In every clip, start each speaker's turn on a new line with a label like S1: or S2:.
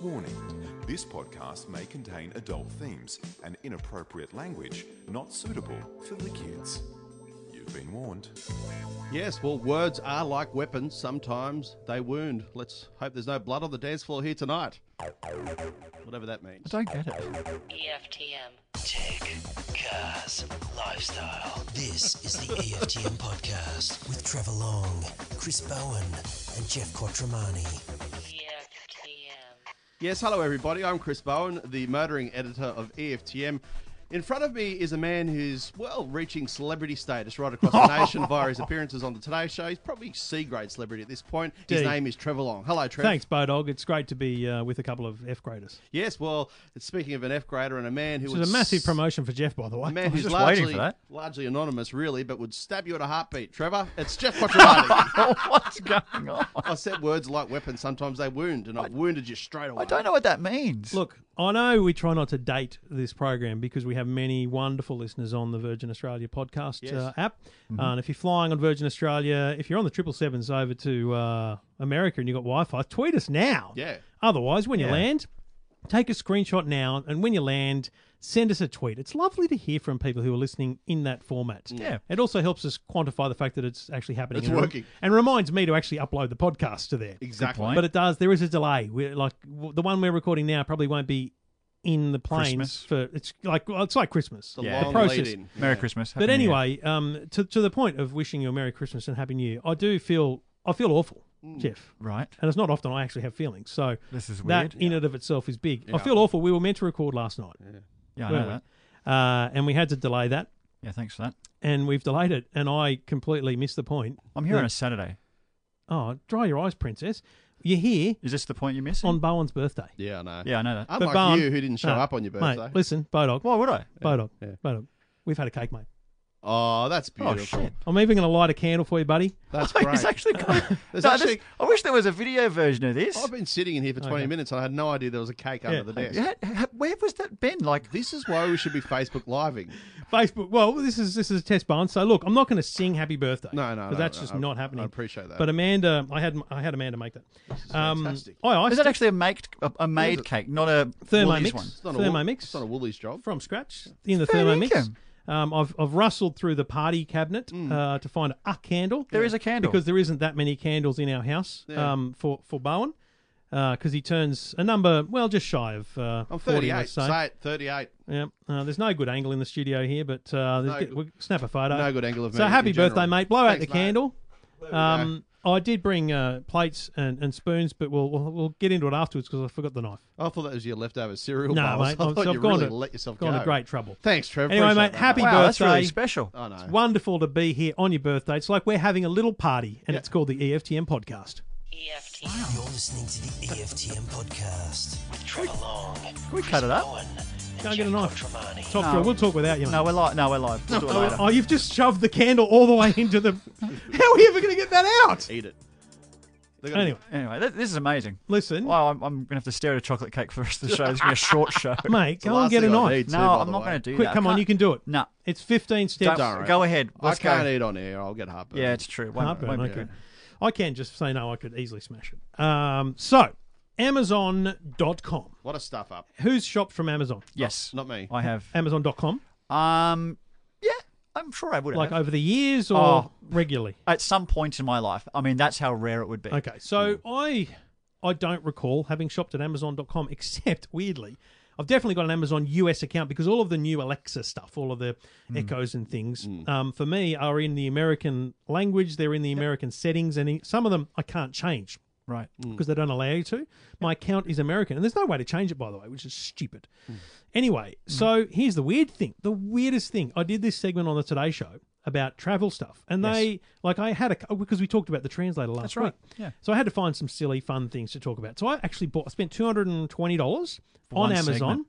S1: Warning This podcast may contain adult themes and inappropriate language not suitable for the kids. You've been warned.
S2: Yes, well, words are like weapons. Sometimes they wound. Let's hope there's no blood on the dance floor here tonight. Whatever that means.
S3: I don't get it.
S4: EFTM.
S5: Tech, cars, lifestyle. This is the E EFTM podcast with Trevor Long, Chris Bowen, and Jeff Quattromani.
S4: EFTM.
S2: Yes, hello everybody. I'm Chris Bowen, the motoring editor of E EFTM. In front of me is a man who's, well, reaching celebrity status right across the nation via his appearances on the Today Show. He's probably C grade celebrity at this point. His
S3: Gee.
S2: name is Trevor Long. Hello, Trevor.
S3: Thanks, Bodog. It's great to be uh, with a couple of F graders.
S2: Yes, well, speaking of an F grader and a man who
S3: Which
S2: would
S3: is a massive
S2: s-
S3: promotion for Jeff, by the way.
S2: A man who's
S6: just waiting
S2: largely,
S6: for that.
S2: largely anonymous, really, but would stab you at a heartbeat. Trevor, it's Jeff Quattromani.
S6: What's going on?
S2: I said words like weapons. Sometimes they wound, and I, wounded you straight away.
S6: I don't know what that means.
S3: Look, I know we try not to date this program because we have many wonderful listeners on the Virgin Australia podcast uh, app.
S2: Mm-hmm.
S3: Uh, and if you're flying on Virgin Australia, if you're on the triple sevens over to uh, America and you've got Wi-Fi, tweet us now.
S2: Yeah.
S3: Otherwise, when you
S6: Yeah.
S3: land, take a screenshot now, and when you land, send us a tweet. It's lovely to hear from people who are listening in that format.
S6: Yeah.
S3: It also helps us quantify the fact that it's actually happening.
S2: It's
S3: and it-
S2: working.
S3: and reminds me to actually upload the podcast to there.
S2: Exactly.
S6: point.
S3: But it does. There is a delay. We're like w- the one we're recording now probably won't be in the planes
S6: Christmas.
S3: for it's like well, it's like Christmas.
S2: The
S6: Yeah.
S2: long
S3: The process.
S2: lead in.
S6: Merry Christmas. Happy
S3: But
S6: New Year.
S3: anyway, um, to to the point of wishing you a Merry Christmas and Happy New Year, I do feel I feel awful,
S2: Mm.
S3: Jeff.
S6: right?
S3: And it's not often I actually have feelings. So
S6: This is
S3: that
S6: weird.
S3: in and of itself is big. I feel awful. We were meant to record last night,
S6: Yeah, I
S3: weren't
S6: know
S3: we?
S6: that.
S3: uh, and we had to delay that,
S6: Yeah, thanks for that.
S3: and we've delayed it, and I completely missed the point.
S6: I'm here
S3: that-
S6: on a Saturday.
S3: Oh, dry your eyes, princess. You're here
S6: Is this the point you're missing?
S3: on Ah. Bowen's birthday.
S2: Yeah, I know.
S6: yeah, I know that.
S2: Unlike
S3: Barn-
S2: you, who didn't show
S3: No,
S2: up on your
S3: mate,
S2: birthday.
S3: listen, Bodog,
S6: Why would I?
S3: Bodog,
S2: yeah.
S3: Bodog. We've had a cake, mate.
S2: oh, that's beautiful.
S6: shit.
S3: I'm even going to light a candle for you, buddy.
S2: That's
S6: Wait,
S2: great.
S6: it's actually. Cool.
S2: There's
S6: No,
S2: actually- Oh,
S6: this- I wish there was a video version of this.
S2: I've been sitting in here for 20
S3: Okay.
S2: minutes, and I had no idea there was a cake
S3: Yeah.
S2: under the desk.
S6: Yeah, ha- where was that been? Like,
S2: This is why we should be Facebook living.
S3: Facebook. Well, this is this is a test barn. So look, I'm not going to sing Happy Birthday.
S2: No, no,
S3: because
S2: no,
S3: that's
S2: no,
S3: just
S2: I-
S3: not happening.
S2: I appreciate that.
S3: But Amanda, I had I had Amanda make that. Um,
S2: fantastic.
S3: I iced
S6: is that actually a made a, a made cake, not a
S3: Thermo
S6: Woolies
S3: mix.
S6: one?
S2: It's not a
S3: Thermomix?
S2: Wool- It's not a Woolies job.
S3: it from scratch in the
S6: Fair
S3: Thermomix.
S6: dinkum.
S3: Um, I've I've rustled through the party cabinet
S2: Mm.
S3: uh, to find a candle.
S6: There is a candle.
S3: because there isn't that many candles in our house. Um, for for Bowen, because he turns a number well just shy of uh,
S2: I'm
S3: 40, let's
S2: 38.
S3: say.
S2: Say it, 38.
S3: Yeah, uh, there's no good angle in the studio here, but uh, there's
S2: No
S3: get-
S2: good-
S3: we'll snap a photo.
S2: no good angle of
S3: So
S2: me
S3: happy
S2: in
S3: birthday,
S2: general.
S3: mate! Blow out
S2: Thanks,
S3: the
S2: mate.
S3: candle. Um, I did bring uh, plates and, and spoons, but we'll, we'll we'll get into it afterwards because I forgot the knife.
S2: I thought that was your leftover cereal.
S3: No,
S2: bowls.
S3: mate,
S2: I
S3: I've-
S2: thought
S3: so I've
S2: you
S3: gone
S2: really
S3: to-
S2: let yourself
S3: Gone
S2: go.
S3: to great trouble.
S2: Thanks, Trevor.
S3: Anyway,
S2: Appreciate
S3: mate,
S2: that,
S3: happy
S6: wow, that's really
S3: birthday.
S6: special.
S2: I know.
S3: It's wonderful to be here on your birthday. It's like we're having a little party, and it's called the E EFTM podcast.
S4: EFTM.
S5: You're listening to the E EFTM podcast with Trevor Long,
S6: we cut it up?
S5: Bowen, and
S3: Go and get
S5: Jeff
S3: a knife.
S5: Quattromani.
S3: Top drawer. We'll talk without you. Mate.
S6: No, we're live. No, we're live. We'll do it later.
S3: Oh, you've just shoved the candle all the way into the. How are we ever going to get that out?
S2: Eat it. They're gonna-
S3: Anyway,
S6: Anyway, th- this is amazing.
S3: listen,
S6: Well, I'm, I'm gonna have to stare at a chocolate cake for the rest of the show. It's gonna be a short show.
S3: mate,
S2: It's the
S3: go and
S2: last
S3: get a
S2: thing I
S3: knife.
S2: need, too,
S6: No,
S2: by
S6: I'm
S2: the
S6: not
S2: way.
S6: going to do
S3: Quick,
S6: that.
S3: come on, you can do it.
S6: No.
S3: It's 15 steps.
S6: Don't worry. Go ahead.
S2: I
S6: Let's go.
S2: can't eat on air. I'll get heartburn.
S6: Yeah, it's true. Won't,
S3: Heartburn,
S6: won't be
S3: okay.
S6: good.
S3: I can just say no, I could easily smash it. Um, so, Amazon.com.
S2: What a stuff up.
S3: Who's shopped from Amazon?
S6: Yes.
S2: Not me.
S6: I have.
S3: Amazon.com?
S6: Um, yeah, I'm sure I would
S3: Like
S6: have.
S3: over the years or
S6: Oh.
S3: regularly?
S6: At some point in my life. I mean, that's how rare it would be.
S3: Okay, so I I don't recall having shopped at Amazon.com except weirdly. I've definitely got an Amazon US account because all of the new Alexa stuff, all of the echoes and things, um, for me are in the American language. They're in the American settings, and in- some of them I can't change.
S6: Right.
S2: Mm.
S3: because they don't allow you to. My account is American, and there's no way to change it, by the way, which is stupid.
S6: Mm.
S3: Anyway, so here's the weird thing the weirdest thing. I did this segment on the Today Show about travel stuff, and they, like, I had a, because we talked about the translator last
S6: That's right,
S3: week.
S6: yeah.
S3: So I had to find some silly, fun things to talk about. So I actually bought, I spent $220 on
S6: one
S3: Amazon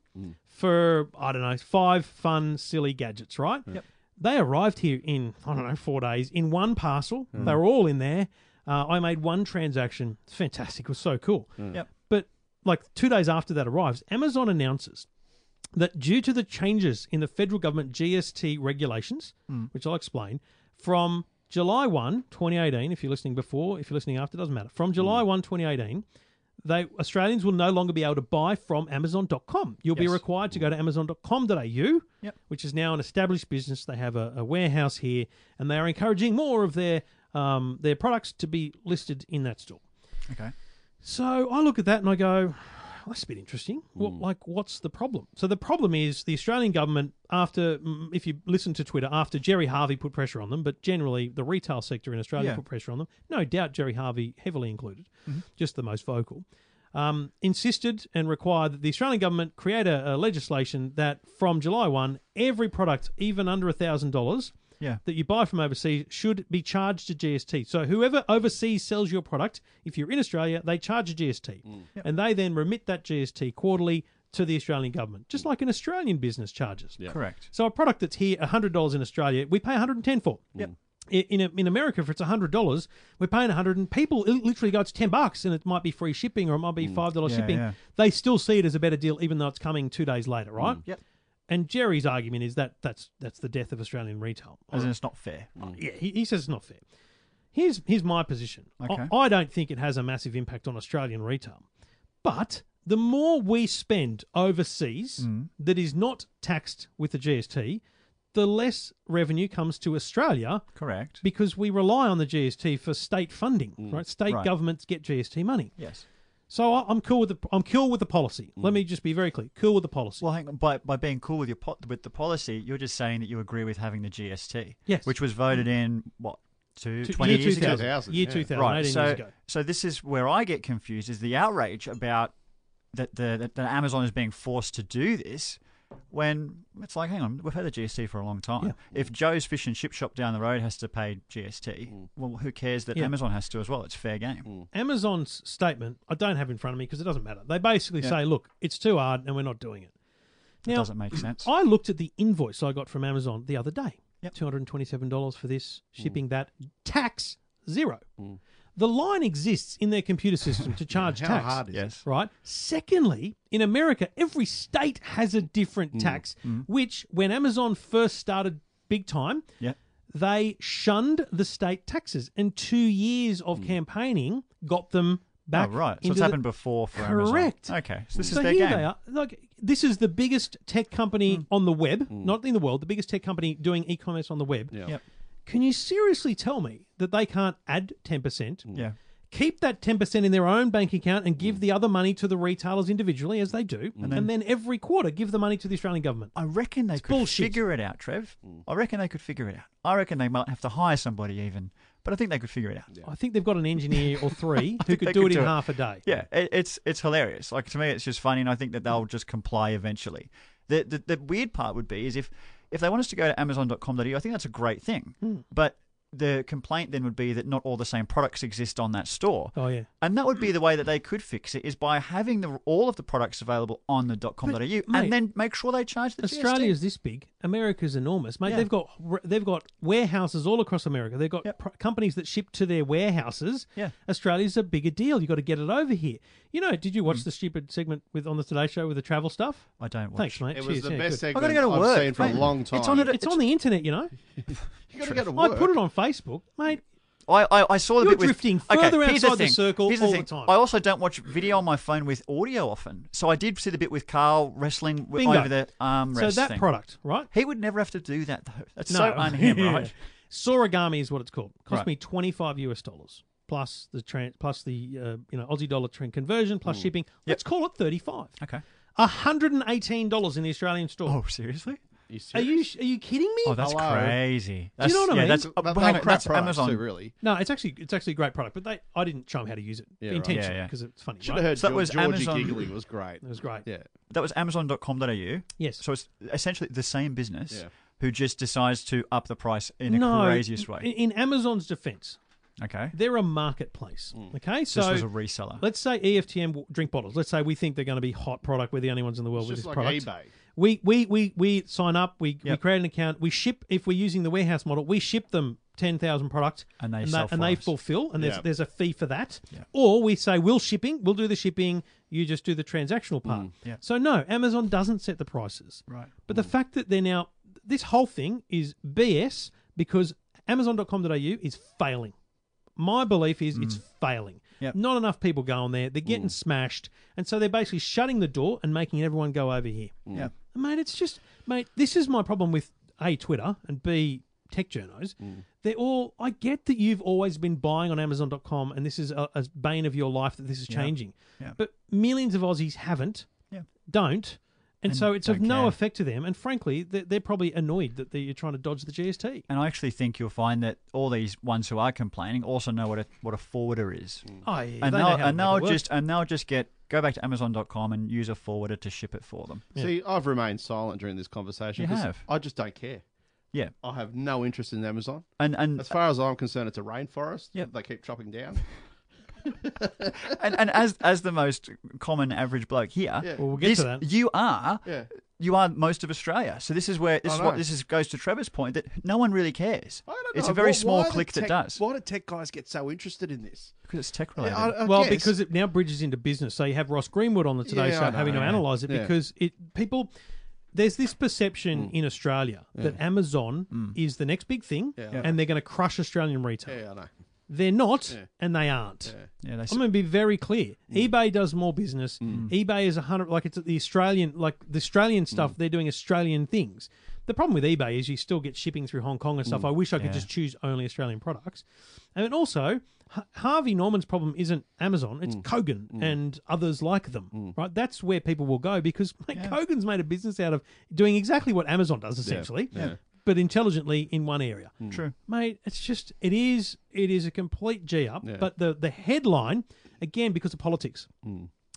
S3: for, I don't know, five fun, silly gadgets, right? Yep. They arrived here in, I don't know, four days in one parcel. They were all in there. Uh, I made one transaction. It's fantastic. It was so cool.
S6: Yep.
S3: But like two days after that arrives, Amazon announces that due to the changes in the federal government GST regulations,
S6: Hmm.
S3: which I'll explain, from
S6: Hmm.
S3: July 1, 2018, if you're listening before, if you're listening after, doesn't matter. From July 1, 2018, they Australians will no longer be able to buy from Amazon.com. You'll be
S6: Yes.
S3: required to go to Amazon.com.au,
S6: Yep.
S3: which is now an established business. They have a, a warehouse here, and they are encouraging more of their um, their products to be listed in that store.
S6: Okay.
S3: So I look at that and I go, that's a bit interesting. What, Like, what's the problem? So the problem is the Australian government, after, mm, if you listen to Twitter, after Jerry Harvey put pressure on them, but generally the retail sector in Australia
S6: Yeah.
S3: put pressure on them, no doubt Jerry Harvey heavily included, just the most vocal, um, insisted and required that the Australian government create a, a legislation that from July 1, every product, even under $1,000,
S6: Yeah.
S3: that you buy from overseas should be charged a GST. So whoever overseas sells your product, if you're in Australia, they charge a GST, and they then remit that GST quarterly to the Australian government, just like an Australian business charges.
S6: Correct.
S3: So a product that's here hundred dollars in Australia, we pay one hundred and ten for.
S6: Yep.
S3: In, in in America, if it's hundred dollars, we're paying hundred, and people it literally go, "It's ten bucks," and it might be free shipping or it might be five dollars
S6: Yeah,
S3: shipping.
S6: yeah. Mm.
S3: They still see it as a better deal, even though it's coming two days later, right?
S6: Yep.
S3: And Jerry's argument is that that's that's the death of Australian retail.
S6: As in, it's not fair.
S2: Mm.
S3: Yeah, he, he says it's not fair. Here's here's my position. I-
S6: Okay.
S3: I, don't think it has a massive impact on Australian retail, but the more we spend overseas
S6: Mm.
S3: that is not taxed with the GST, the less revenue comes to Australia
S6: Correct.
S3: because we rely on the GST for state funding. Right, state
S6: Mm. Right.
S3: governments get GST money.
S6: yes.
S3: So I, I'm cool with the I'm cool with the policy.
S6: Mm.
S3: Let me just be very clear. Cool with the policy.
S6: Well, hang on. By, by being cool with your po- with the policy, you're just saying that you agree with having the GST.
S3: Yes.
S6: Which was voted in what two,
S3: Two-
S6: 20
S3: year
S6: years ago.
S3: 2000,
S2: 2000,
S3: year
S2: yeah.
S3: 2000,
S6: Right.
S3: 18
S6: So
S3: years ago.
S6: so this is where I get confused is the outrage about that the that, that Amazon is being forced to do this. When it's like, hang on, we've had the GST for a long time. If Joe's fish and chip shop down the road has to pay GST, well, who cares that
S3: Yeah.
S6: Amazon has to as well? It's fair game.
S3: Mm. Amazon's statement, I don't have in front of me because it doesn't matter. They basically say, look, it's too hard and we're not doing it.
S6: That
S3: Now,
S6: doesn't make sense.
S3: I looked at the invoice I got from Amazon the other day
S6: Yep.
S3: $227 for this,
S2: Mm.
S3: shipping that, tax zero. The line exists in their computer system to charge
S2: How
S3: tax.
S2: hard is
S6: yes.
S3: Right. Secondly, in America, every state has a
S2: Mm.
S3: different tax,
S6: Mm.
S3: which when Amazon first started big time,
S6: Yeah.
S3: they shunned the state taxes, and two years of
S2: Mm.
S3: campaigning got them
S6: Oh,
S3: back.
S6: right.
S3: into
S6: So it's
S3: the-
S6: happened before for
S3: Correct.
S6: Amazon. Okay. So this
S3: so
S6: is their
S3: here
S6: game.
S3: they are. Look, this is the biggest tech company on the web,
S6: Hmm.
S3: not in the world, the biggest tech company doing e-commerce on the web.
S2: Yeah.
S6: Yep.
S3: Can you seriously tell me that they can't add ten percent?
S6: Yeah.
S3: Keep that 10% in their own bank account and
S6: Hmm.
S3: give the other money to the retailers individually, as they do. And then, every quarter, give the money to the Australian government.
S6: I reckon they could
S3: bullshit.
S6: figure it out, Trev. I reckon they could figure it out. I reckon they might have to hire somebody even, but I think they could figure it out. Yeah,
S3: I think they've got an engineer or three who
S6: think
S3: could
S6: they
S3: do
S6: could
S3: it in
S6: do it.
S3: half a day.
S6: it, it's it's hilarious. Like to me, it's just funny, and I think that they'll just comply eventually. The the, the weird part would be is if if they want us to go to Amazon.com.au, E I think that's a great thing,
S3: Hmm.
S6: but. The complaint then would be that not all the same products exist on that store.
S3: Oh, yeah.
S6: And that would be the way that they could fix it is by having the, all of the products available on the .com.au
S3: mate,
S6: E and then make sure they charge the GST.
S3: Australia's this big. America's enormous, mate.
S6: Yeah.
S3: They've got they've got warehouses all across America. They've got
S6: Yep.
S3: pro- companies that ship to their warehouses.
S6: Yeah.
S3: Australia's a bigger deal. You got to get it over here. You know, did you watch the stupid segment with on the Today Show with the travel stuff?
S6: I don't watch.
S3: Thanks, mate.
S2: It
S3: Cheers.
S2: was the
S3: Yeah,
S2: best
S3: good.
S2: segment
S6: I gotta go to work,
S2: I've seen for a
S6: mate.
S2: long time.
S6: It's on at-
S3: It's on the internet, you know.
S2: You gotta go to
S3: I
S2: work.
S3: put it on Facebook, mate.
S6: I, I, I saw the
S3: You're
S6: bit with
S3: drifting
S6: okay,
S3: further
S6: here's
S3: outside the
S6: thing.
S3: circle
S6: here's
S3: all the
S6: thing.
S3: time.
S6: I also don't watch video on my phone with audio often, so I did see the bit with Carl wrestling w-
S3: Bingo.
S6: over the armrest.
S3: So that
S6: thing.
S3: product, right?
S6: he would never have to do that though. That's
S3: No.
S6: Mm, so unhim, right?
S3: Soragami is what it's called. Cost
S6: Right.
S3: me twenty five US dollars plus the trans, plus the uh, you know Aussie dollar tran conversion plus shipping. Let's call it thirty five.
S6: Okay.
S3: hundred and eighteen dollars in the Australian store.
S6: Oh, seriously?
S2: You
S3: are
S2: serious?
S3: you sh- are you kidding me?
S6: Oh, that's
S2: Hello.
S6: crazy.
S3: Do you
S6: That's,
S3: know what I
S6: yeah,
S3: mean?
S6: That's, uh,
S2: But
S6: hang
S2: they're
S6: on,
S2: crap
S6: that's
S2: products
S6: Amazon.
S2: Too, really.
S3: no, it's actually it's actually a great product, but they I didn't show them how to use it
S2: Yeah, right.
S3: intentionally
S6: Yeah, yeah.
S3: because it's funny.
S2: Should
S3: right?
S2: have heard
S6: So that
S2: Geor-
S6: was
S2: Georgie
S6: Amazon-
S2: giggling was great.
S3: It was great.
S2: Yeah.
S6: That was Amazon.com.au.
S3: Yes.
S6: So it's essentially the same business
S2: Yeah.
S6: who just decides to up the price in a
S3: no,
S6: craziest
S3: In,
S6: way.
S3: in Amazon's defense,
S6: Okay.
S3: they're a marketplace.
S2: Mm.
S3: Okay, so
S6: This was a reseller.
S3: Let's say E EFTM w- drink bottles. Let's say we think they're going to be hot product. We're the only ones in the world
S2: It's
S3: with
S2: just
S3: this
S2: like
S3: product.
S2: eBay.
S3: We we we we sign up. We we
S6: Yep.
S3: create an account. We ship if we're using the warehouse model. We ship them ten thousand products,
S6: And they
S3: and,
S6: sell
S3: and
S6: for
S3: they
S6: us.
S3: fulfill. And there's
S2: Yeah.
S3: there's a fee for that. Or we say we'll shipping. We'll do the shipping. You just do the transactional part.
S6: Mm, yeah.
S3: So no, Amazon doesn't set the prices.
S6: Right. Mm.
S3: But the fact that they're now this whole thing is BS because Amazon.com.au is failing. My belief is it's failing.
S6: Mm. Yep.
S3: Not enough people go on there. They're getting smashed, and so they're basically shutting the door and making everyone go over here.
S6: Yeah.
S3: And, Mate, it's just mate. This is my problem with a Twitter and b tech journos.
S6: Mm.
S3: They're all. I get that you've always been buying on Amazon.com, and this is a, a bane of your life that this is changing.
S6: Yeah.
S3: But millions of Aussies haven't.
S6: Yeah.
S3: Don't. And, so it's of
S6: don't
S3: no
S6: care.
S3: effect to them, and frankly, they're, they're probably annoyed that they- you're trying to dodge the GST.
S6: And I actually think you'll find that all these ones who are complaining also know what a what a forwarder is.
S2: Mm.
S3: Oh, yeah,
S6: and
S3: they
S6: they'll,
S3: know how
S6: and
S3: to make
S6: they'll
S3: it work.
S6: just and they'll just get go back to Amazon.com and use a forwarder to ship it for them.
S2: See, I've remained silent during this conversation.
S6: You
S2: 'cause
S6: have.
S2: I just don't care.
S6: Yeah.
S2: I have no interest in Amazon.
S6: And and
S2: As far as I'm concerned, it's a rainforest.
S6: Yep.
S2: They keep chopping down.
S6: and, and as as the most common average bloke here,
S2: Yeah.
S3: Well, we'll get
S6: this-
S3: to that.
S6: You are
S2: Yeah.
S6: you are most of Australia. So this is where this
S2: I
S6: is what
S2: know.
S6: this is goes to Trevor's point that no one really cares.
S2: I don't know.
S6: It's a
S2: Why-
S6: very small
S2: why do
S6: click
S2: tech-
S6: that does
S2: Why do tech guys get so interested in this?
S6: because it's tech related.
S2: I- I
S3: well,
S2: guess.
S3: because it now bridges into business. So you have Ross Greenwood on the Today
S2: Yeah, I
S3: Show
S2: know,
S3: having to
S2: yeah.
S3: analyse it
S2: Yeah. Mm.
S3: because it people there's this perception in Australia that Amazon is the next big thing
S2: Yeah.
S3: and they're going to crush Australian retail.
S2: Yeah, I know.
S3: They're not, and they aren't.
S6: yeah, they s-
S3: I'm going to be very clear. eBay does more business. eBay is a hundred like it's the Australian like the Australian stuff. They're doing Australian things. The problem with eBay is you still get shipping through Hong Kong and stuff. I wish I could just choose only Australian products. And also, H- Harvey Norman's problem isn't Amazon; it's Kogan and others like them. Right? That's where people will go because mate, Kogan's made a business out of doing exactly what Amazon does essentially, but intelligently in one area
S6: true.
S3: mate it's just it is it is a complete g up but the the headline again because of politics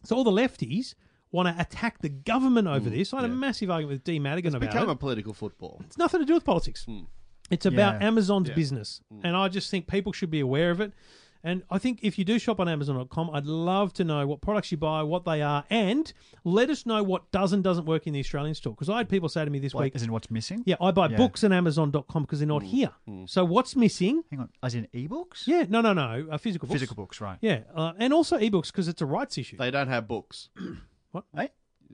S3: so all the lefties want to attack the government over this i had a massive argument with d madigan about
S2: Become
S3: it
S2: a political football.
S3: it's nothing to do with politics it's about
S6: Yeah.
S3: amazon's business and i just think people should be aware of it and I think if you do shop on Amazon.com, I'd love to know what products you buy, what they are, and let us know what does and doesn't work in the Australian store. Because I had people say to me this
S6: Like,
S3: week,
S6: as in what's missing?
S3: Yeah, I buy books on Amazon.com because they're not here. So what's missing?
S6: Hang on, as in ebooks?
S3: Yeah, no, no, no. Uh, physical books.
S6: Physical books, right?
S3: Yeah, uh, and also ebooks because it's a rights issue
S2: They don't have books.
S6: Eh?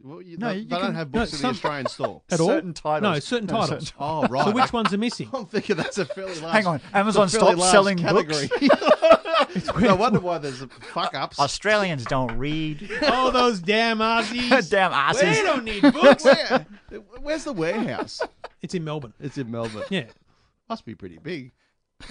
S2: Well, you,
S6: No,
S2: they,
S6: you
S2: they don't
S6: can-
S2: have
S3: no,
S2: books in
S3: some-
S2: the Australian store.
S3: at all.
S6: certain titles.
S3: No, certain
S6: No,
S3: titles.
S6: certain-
S2: Oh, right.
S3: So which ones are missing?
S2: I'm thinking that's a fairly large.
S6: Hang on,
S2: it's a
S6: Amazon
S2: fairly
S6: stopped
S2: large
S6: selling
S2: category. no wonder why there's fuck ups.
S6: Australians don't read.
S3: oh, those damn Aussies!
S6: Damn asses.
S3: They don't need books.
S2: Where? Where's the warehouse?
S3: it's in Melbourne.
S2: It's in Melbourne.
S3: Yeah,
S2: Must be pretty big.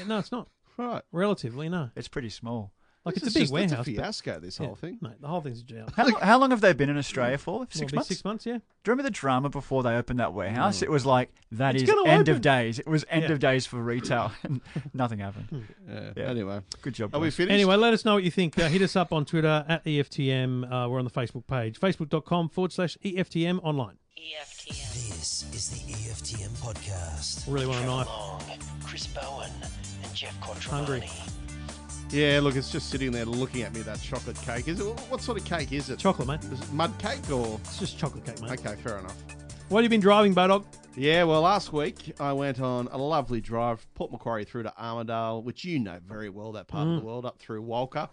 S3: no, it's not.
S2: Right.
S3: Relatively, no.
S6: It's pretty small.
S3: Like
S2: This is
S3: it's a
S2: just-
S3: big
S2: it's
S3: warehouse.
S2: a
S3: but-
S2: fiasco, this
S3: yeah,
S2: whole thing.
S3: Mate, the whole thing's a jail.
S6: How, how long have they been in Australia for?
S3: Well, it'll
S6: Six
S3: be
S6: months.
S3: Six months, yeah.
S6: Do you remember the drama before they opened that warehouse? It was like that is
S3: gonna
S6: end
S3: open.
S6: of days. It was end
S3: Yeah. Hmm.
S6: of days for retail, and nothing happened.
S2: Yeah.
S6: Yeah.
S2: Anyway.
S6: Good job.
S2: Are we
S6: boys.
S2: finished?
S3: Anyway, let us know what you think. Uh, hit us up on Twitter at EFTM. Uh, we're on the Facebook page, facebook.com forward slash E EFTM online.
S4: EFTM.
S5: This is the E EFTM podcast.
S3: Really want a
S5: Trevor
S3: knife.
S5: Long, Chris Bowen, and Jeff
S3: Hungry.
S5: Quattromani.
S2: Yeah, look, it's just sitting there looking at me, that chocolate cake. Is it, What sort of cake is it?
S3: Chocolate, mate.
S2: Is it mud cake or.
S3: It's just chocolate cake, mate.
S2: Okay, fair enough.
S3: What have you been driving, Bodog?
S2: Yeah, well, last week I went on a lovely drive, Port Macquarie through to Armidale, which you know very well, that part
S6: Mm.
S2: of the world, up through Walker,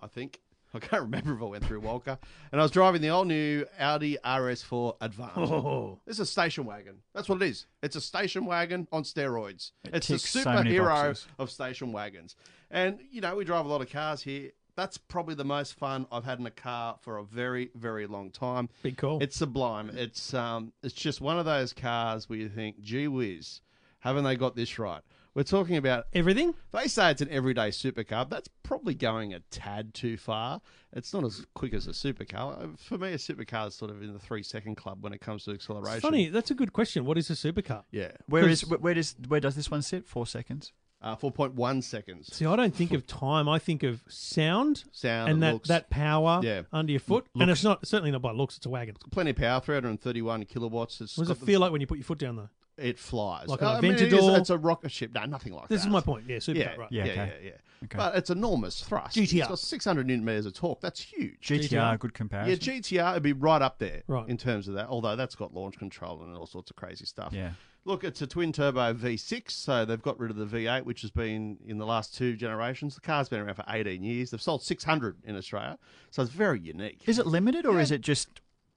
S2: I think. I can't remember if I went through Walker. And I was driving the all new Audi RS4 Advance.
S3: Oh.
S2: It's a station wagon. That's what it is. It's a station wagon on steroids. it's the
S6: ticks so many
S2: superhero
S6: boxes.
S2: of station wagons. And, you know, we drive a lot of cars here. That's probably the most fun I've had in a car for a very, very long time.
S3: Big call.
S2: It's sublime. It's um, it's just one of those cars where you think, gee whiz, haven't they got this right? We're talking about.
S3: Everything?
S2: They say it's an everyday supercar. That's probably going a tad too far. It's not as quick as a supercar. For me, a supercar is sort of in the three second club when it comes to acceleration.
S3: Funny, that's a good question. What is a supercar?
S2: Yeah.
S6: Where is
S3: 'Cause-
S6: where, where does where does this one sit? Four seconds.
S2: Uh, 4.1 seconds.
S3: See, I don't think of time. I think of sound,
S2: Sound
S3: and
S2: and
S3: that,
S2: looks.
S3: that power
S2: Yeah.
S3: under your foot. And it's not certainly not by looks. It's a wagon.
S2: Plenty of power, 331 kilowatts. It's
S3: What does
S2: got
S3: it
S2: the-
S3: feel like when you put your foot down, though?
S2: It flies. Uh,
S3: Like an
S2: I mean, it is-
S3: Aventador?
S2: it's a rocket ship. No, nothing like that.
S3: This is my point. Yeah, supercar.
S2: Yeah,
S3: right.
S2: yeah, yeah,
S6: okay.
S2: yeah, yeah. But it's enormous thrust.
S3: GTR.
S2: It's got 600 newton meters of torque. That's huge.
S6: GTR,
S3: GTR.
S6: good
S2: yeah,
S6: comparison.
S2: GTR would be right up there
S3: Right.
S2: in terms of that, although that's got launch control and all sorts of crazy stuff.
S6: Yeah.
S2: Look, it's a twin turbo V6, so they've got rid of the V8, which has been in the last two generations. The car's been around for 18 years. They've sold 600 in Australia, so it's very unique.
S6: Is it limited or is it just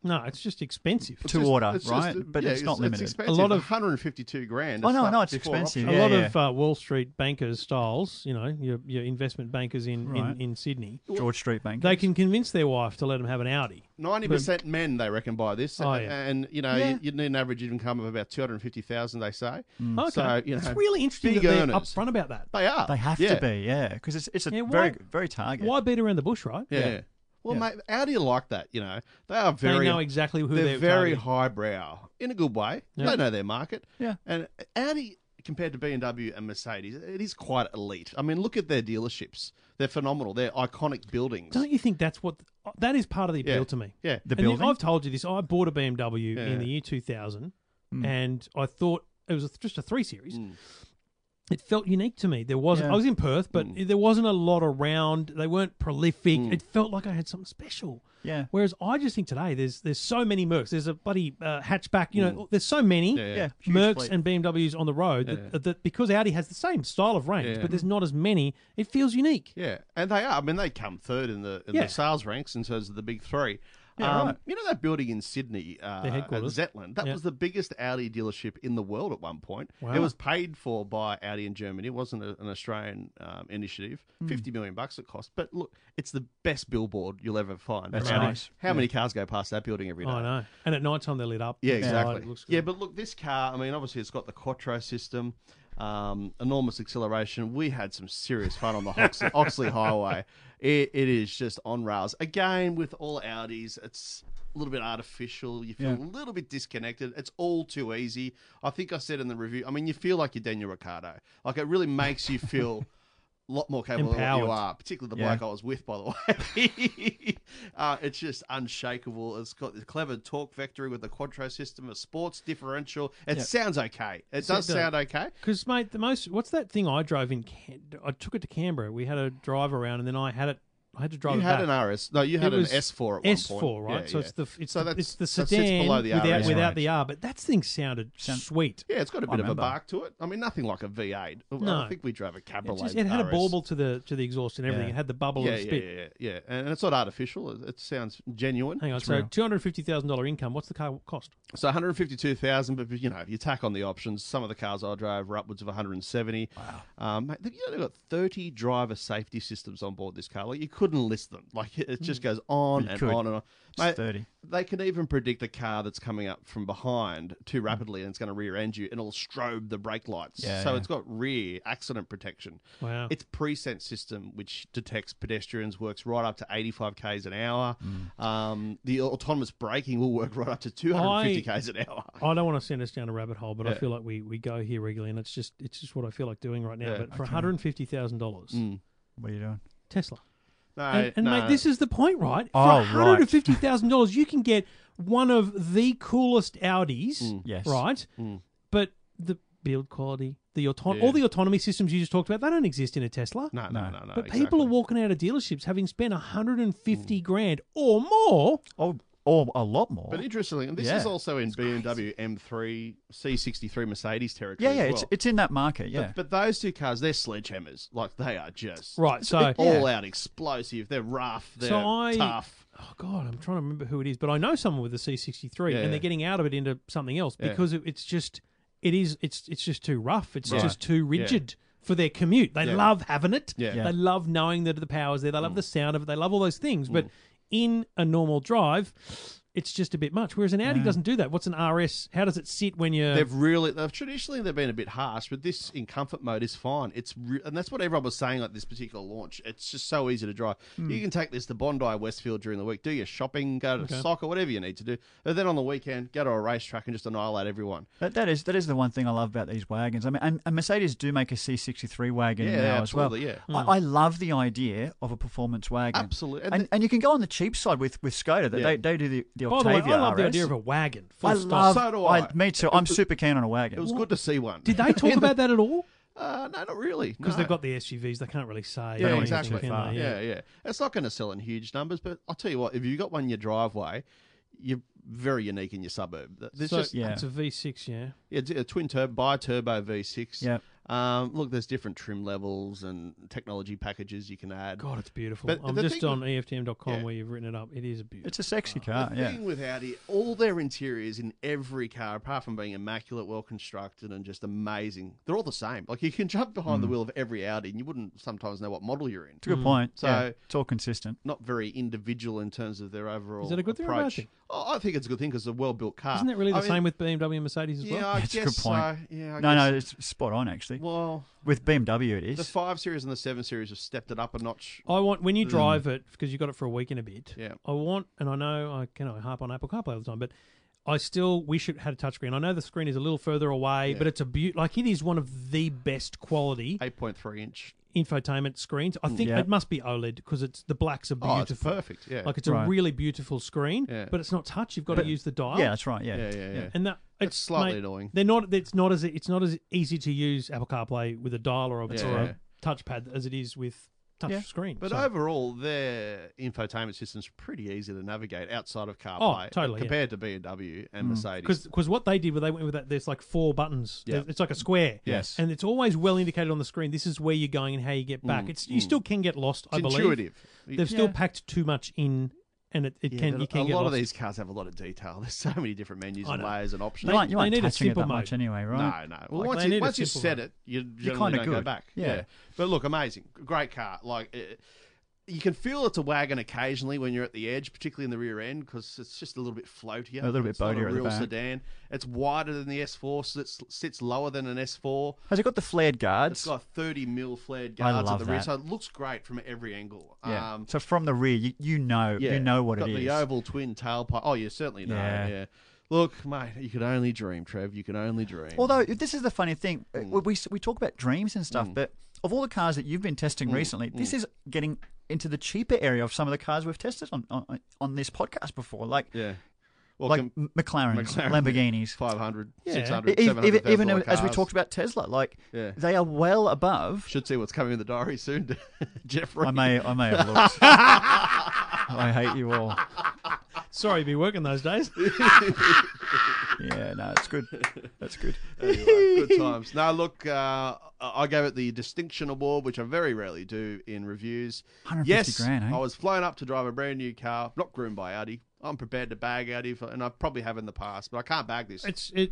S3: No, it's just expensive.
S6: to
S2: Just-
S6: order,
S2: it's just-
S6: right? but
S2: yeah,
S6: it's, not limited.
S2: It's expensive.
S3: A lot
S2: lot of
S3: of-
S2: 152 grand.
S6: Oh,
S2: is
S6: no,
S2: like
S6: no, it's
S2: before
S6: expensive.
S2: options.
S3: a
S6: Yeah,
S3: lot of uh, Wall Street bankers' styles, you know, your, your investment bankers in,
S6: Right.
S3: in, in Sydney,
S6: George Street Bank.
S3: they can convince their wife to let them have an Audi.
S2: 90% men, they reckon, buy this.
S3: Oh,
S2: uh,
S3: yeah.
S2: And, you know,
S6: Yeah.
S2: you, you need an average income of about 250000 they say.
S3: Okay.
S2: Mm. So, you know,
S3: it's really interesting
S2: big
S3: that they're
S2: earners.
S3: upfront about that.
S2: They are.
S6: They have
S2: Yeah.
S6: to be, yeah, because it's it's a
S3: Yeah, why-
S6: very very target.
S3: Why beat around the bush, right?
S2: Yeah.
S6: Yeah.
S2: Well,
S6: Yeah.
S2: mate, how do you like that? You know, they are
S3: They
S2: very.
S3: know exactly who
S2: they're,
S3: they're
S2: very
S3: targeting.
S2: highbrow in a good way.
S3: Yeah.
S2: They know their market.
S6: Yeah.
S2: And Audi compared to BMW and Mercedes, it is quite elite. I mean, look at their dealerships. They're phenomenal. They're iconic buildings.
S3: Don't you think that's what that is part of the appeal
S2: Yeah.
S3: to me?
S2: yeah.
S6: The
S3: And you-
S6: building.
S3: I've told you this. I bought a BMW
S2: Yeah. Mm.
S3: in the year 2000, and I thought it was a, just a three series.
S6: Mm.
S3: It felt unique to me. There wasn't.
S6: Yeah.
S3: I was in Perth, but
S6: Mm.
S3: there wasn't a lot around. They weren't prolific. It felt like I had something special.
S6: Yeah.
S3: Whereas I just think today there's there's so many Mercs. There's a bloody uh, hatchback. You know, there's so many
S2: Yeah,
S6: yeah, Mm. huge
S3: Mercs
S6: fleet.
S3: and BMWs on the road that, that because Audi has the same style of range,
S2: Yeah.
S3: but there's not as many. It feels unique.
S2: Yeah, and they are. I mean, they come third in the in
S3: Yeah.
S2: the sales ranks in terms of the big three.
S6: Yeah,
S2: um,
S6: right.
S2: You know that building in Sydney, uh,
S3: Their headquarters.
S2: at Zetland. That
S3: Yeah.
S2: was the biggest Audi dealership in the world at one point.
S3: Wow.
S2: It was paid for by Audi in Germany. It wasn't a, an Australian um, initiative.
S3: Hmm.
S2: Fifty million bucks it cost. But look, it's the best billboard you'll ever find.
S6: That's
S2: for Audi.
S6: nice.
S2: How many cars go past that building every day?
S3: Oh, I know. And at night time they're lit up.
S2: Yeah,
S3: Oh, it
S2: exactly.
S3: looks good.
S2: yeah, but look, this car, I mean, obviously it's got the Quattro system, um, enormous acceleration. We had some serious fun on the Oxley, Oxley Highway. It, it is just on rails. Again, with all Audis, it's a little bit artificial. You feel
S6: Yeah.
S2: a little bit disconnected. It's all too easy. I think I said in the review, I mean, you feel like you're Daniel Ricciardo. Like, it really makes you feel. A lot more capable than what
S3: Empowered.
S2: you are, uh, particularly the
S6: Yeah.
S2: bloke I was with, by the way. uh, it's just unshakable. It's got the clever torque vectoring with the quattro system, a sports differential. It sounds okay. It does
S3: it does.
S2: sound okay.
S3: Because mate, the most what's that thing I drove in? Can- I took it to Canberra. We had a drive around, and then I had it. I had to drive.
S2: You
S3: it
S2: had
S3: back.
S2: an RS. No, you had
S3: Oh, It
S2: an
S3: was
S2: S4 at one
S3: S4,
S2: point.
S3: right?
S2: Yeah,
S3: so
S2: yeah.
S3: it's the it's
S2: So
S3: the,
S2: that's-
S3: it's the
S2: that
S3: sedan
S2: sits below the
S3: without,
S2: RS.
S3: without the R. But that thing sounded
S6: Sound-
S3: sweet.
S2: Yeah, it's got a
S6: I
S2: bit of a
S6: remember.
S2: bark to it. I mean, nothing like a V8.
S3: No.
S2: I think we drove a
S3: It,
S2: Cabriolet.
S3: just, it had a
S2: RS.
S3: bauble to the to the exhaust and everything.
S6: Yeah.
S3: It had the bubble
S2: Yeah,
S3: and
S2: yeah,
S3: spit.
S2: yeah, yeah. And it's not artificial. It- It sounds genuine.
S3: Hang on, so two hundred fifty thousand dollar income. What's the car cost?
S2: So 152,000, but you know, if you tack on the options, some of the cars I drove were upwards of 170. Wow. Um, mate, you know, they've got 30 driver safety systems on board this car. Like, you couldn't list them. Like, it it just goes on
S6: Mm. You
S2: and
S6: could.
S2: on and on.
S6: It's 30.
S2: They can even predict a car that's coming up from behind too rapidly and it's going to rear end you and it'll strobe the brake lights.
S6: Mm. Yeah,
S2: so
S6: yeah.
S2: it's got rear accident protection.
S3: Wow.
S2: It's pre-sense system, which detects pedestrians, works right up to 85 k's an hour.
S6: Mm.
S2: Um, the autonomous braking will work right up to 250 k's an hour.
S3: I don't want to send us down a rabbit hole, but I feel like we, we go here regularly, and it's just it's just what I feel like doing right now.
S2: Yeah.
S3: but for one hundred fifty thousand
S2: Mm.
S3: dollars,
S6: What are you doing?
S3: Tesla.
S2: No,
S3: And, and
S2: no.
S3: mate, this is the point, right?
S6: Oh,
S3: For hundred and fifty thousand dollars, you can get one of the coolest Audis,
S2: Mm.
S6: Yes.
S3: right? But the build quality, the auton- all the autonomy systems you just talked about, they don't exist in a Tesla.
S2: no, no, no, no.
S3: but people are
S2: exactly. Mm.
S3: walking out of dealerships having spent hundred and fifty grand or more.
S6: Or, or Oh, a lot more.
S2: But interestingly, and this
S6: Yeah.
S2: is also in BMW M3, C63 Mercedes territory.
S6: yeah, yeah,
S2: as
S6: it's
S2: well.
S6: it's in that market. Yeah.
S2: But those two cars, they're sledgehammers. Like they are just
S3: Right, so
S2: all out explosive. They're rough. They're
S3: I-
S2: tough.
S3: Oh God, I'm trying to remember who it is, but I know someone with a C63,
S2: Yeah,
S3: and
S2: yeah.
S3: they're getting out of it into something else because it, it's just it is it's it's just too rough. It's
S6: Right.
S3: just too rigid for their commute. They
S2: Yeah.
S3: love having it.
S2: Yeah. Mm.
S6: Yeah.
S3: They love knowing that the power's there. They love the sound of it. They love all those things. But in a normal drive, it's just a bit much. Whereas an Audi
S6: Mm.
S3: doesn't do that. What's an RS? How does it sit when you're?
S2: They've really they've, traditionally they've been a bit harsh, but this in comfort mode is fine. It's re- and that's what everyone was saying at this particular launch. It's just so easy to drive.
S3: Hmm.
S2: You can take this to Bondi, Westfield during the week, do your shopping, go to soccer, whatever you need to do, and then on the weekend go to a racetrack and just annihilate everyone.
S6: That, that is that is the one thing I love about these wagons. I mean, and, and Mercedes do make a C63 wagon
S2: Yeah,
S6: now as well.
S2: absolutely, yeah.
S6: I, I love the idea of a performance wagon.
S2: Absolutely.
S6: and
S2: And
S6: and,
S2: the-
S6: you can go on the cheap side with with Skoda. That
S2: Yeah.
S6: They they do the the
S3: by the
S6: Octavia
S3: way, I love the
S6: RS.
S3: idea of a wagon. Full
S6: I
S3: stop.
S6: love.
S2: So do I.
S6: Me too.
S2: It
S6: I'm
S2: was-
S6: super keen on a wagon.
S2: It was good to see one.
S3: Did they talk about that at all?
S2: Uh, no, not really.
S3: Because
S2: no.
S3: they've got the SUVs, they can't really say.
S2: yeah,
S3: anything,
S2: exactly.
S3: can
S2: Yeah.
S3: they?
S2: yeah, It's not going to sell in huge numbers, but I'll tell you what: if you got one in your driveway, you're very unique in your suburb. There's
S3: So
S2: just
S6: Yeah.
S3: it's a V6, yeah.
S2: yeah, it's a twin turbo, bi turbo V6.
S6: Yep.
S2: Um, look, there's different trim levels and technology packages you can add.
S3: God, it's beautiful.
S2: But
S3: I'm
S2: the
S3: just
S2: thing
S3: on E EFTM.com
S2: Yeah.
S3: where you've written it up. It is beautiful.
S6: It's a sexy car, yeah.
S2: Ah, thing with Audi, all their interiors in every car, apart from being immaculate, well constructed, and just amazing, they're all the same. Like you can jump behind
S3: Mm.
S2: the wheel of every Audi, and you wouldn't sometimes know what model you're in.
S6: It's a good point.
S2: Hmm, So-
S6: yeah, it's all consistent.
S2: Not very individual in terms of their overall.
S3: Is that a good thing or a bad
S2: approach.
S3: thing?
S2: Oh, I think it's a good thing because it's a well-built car.
S3: Isn't it really the
S2: I mean,
S3: same with BMW and Mercedes as
S2: Yeah,
S3: well?
S2: I
S6: That's a
S2: guess
S6: good point.
S2: so. Yeah, I
S6: no,
S2: guess.
S6: no, it's spot on actually.
S2: Well,
S6: With BMW, it
S2: the
S6: is.
S2: five series and the seven series have stepped it up a notch.
S3: I want when you drive it because you got it for a week and a bit.
S2: Mm. Yeah.
S3: I want, and I know I can I harp on Apple CarPlay all the time, but I still wish it had a touchscreen. I know the screen is a little further away, but it's a beaut. Like it is one of the best quality
S2: Eight point three inch.
S3: infotainment screens. I think
S6: Yeah.
S3: it must be OLED because it's the blacks are
S2: Mm. Oh, it's
S3: beautiful.
S2: perfect. Yeah.
S3: Like it's
S6: Right.
S3: a really beautiful screen,
S2: Yeah.
S3: but it's not touch. You've got to use the dial.
S6: Yeah, that's right. Yeah,
S2: yeah, yeah, yeah.
S3: and that it's
S2: slightly
S3: mate,
S2: annoying.
S3: They're not. It's not as it's not as easy to use Apple CarPlay with a dial or a,
S2: That's
S3: or
S2: right.
S3: a touchpad as it is with touch
S6: Yeah.
S3: screen.
S2: But
S3: So-
S2: overall, their infotainment system's pretty easy to navigate outside of CarPlay.
S3: Oh, totally, yeah. Mm.
S2: Compared to BMW and Mercedes.
S3: Because what they did was they went with that. There's like four buttons.
S2: Yeah.
S3: There's- It's like a square.
S2: Yes. Mm.
S3: And it's always well indicated on the screen. This is where you're going and how you get back. It's you still can get lost. I
S2: it's
S3: believe
S2: intuitive.
S3: They've still packed too much in, and it, it
S2: Yeah,
S3: can
S2: but
S3: you can
S2: a
S3: get
S2: lot of
S3: lost.
S2: these cars have a lot of detail. There's so many different menus
S3: I
S2: and
S3: know.
S2: layers and options.
S6: You aren't, you
S3: They
S6: aren't
S3: need a
S6: touching it
S3: simple
S6: that much
S3: mode.
S6: anyway, right?
S2: No, no. Well,
S3: Like,
S2: once
S3: they need
S2: you,
S3: a
S2: once you
S3: simple
S2: set
S3: one.
S2: it, you generally
S6: kinda
S2: don't go
S6: good.
S2: back.
S6: Yeah.
S2: But look, amazing. Great car. Like, uh, you can feel it's a wagon occasionally when you're at the edge, particularly in the rear end, because it's just a little bit floatier.
S6: A little bit
S2: it's not
S6: boatier
S2: a
S6: at the
S2: real
S6: back.
S2: sedan. It's wider than the S4, so it sits lower than an S4.
S6: Has it got the flared guards?
S2: It's got 30 mil flared
S6: I
S2: guards at
S6: love
S2: the rear,
S6: that.
S2: so it looks great from every angle.
S6: yeah.
S2: Um,
S6: so from the rear, you, you know
S2: yeah,
S6: you know what it
S2: got
S6: is.
S2: the oval twin tailpipe. Oh, you certainly know.
S6: Yeah.
S2: Yeah. Look, mate, you could only dream, Trev. You can only dream.
S6: Although this is the funny thing, uh,
S2: Mm.
S6: we we talk about dreams and stuff, but of all the cars that you've been
S2: Mm,
S6: testing recently, this is getting into the cheaper area of some of the cars we've tested on on, on this podcast before, like
S2: yeah. Well,
S6: like
S2: com-
S6: M- McLarens,
S2: McLaren,
S6: Lamborghinis. E-,
S2: 500,
S3: Yeah.
S2: 600,
S6: Even,
S2: 700,
S6: even, even
S2: $1,000
S6: as we
S2: cars.
S6: talked about Tesla, like
S2: Yeah.
S6: they are well above.
S2: Should see what's coming in the diary soon, Jeffrey.
S6: I may I may have looked. I hate you all.
S3: Sorry, you'd be working those days.
S6: Yeah, no, it's good. That's good.
S2: Anyway, good times. Now, look, uh, I I gave it the Distinction Award, which I very rarely do in reviews.
S6: 150
S2: Yes,
S6: grand, eh?
S2: I was flown up to drive a brand new car, not groomed by Audi. I'm prepared to bag Audi, for, and I probably have in the past, but I can't bag this.
S3: it's it.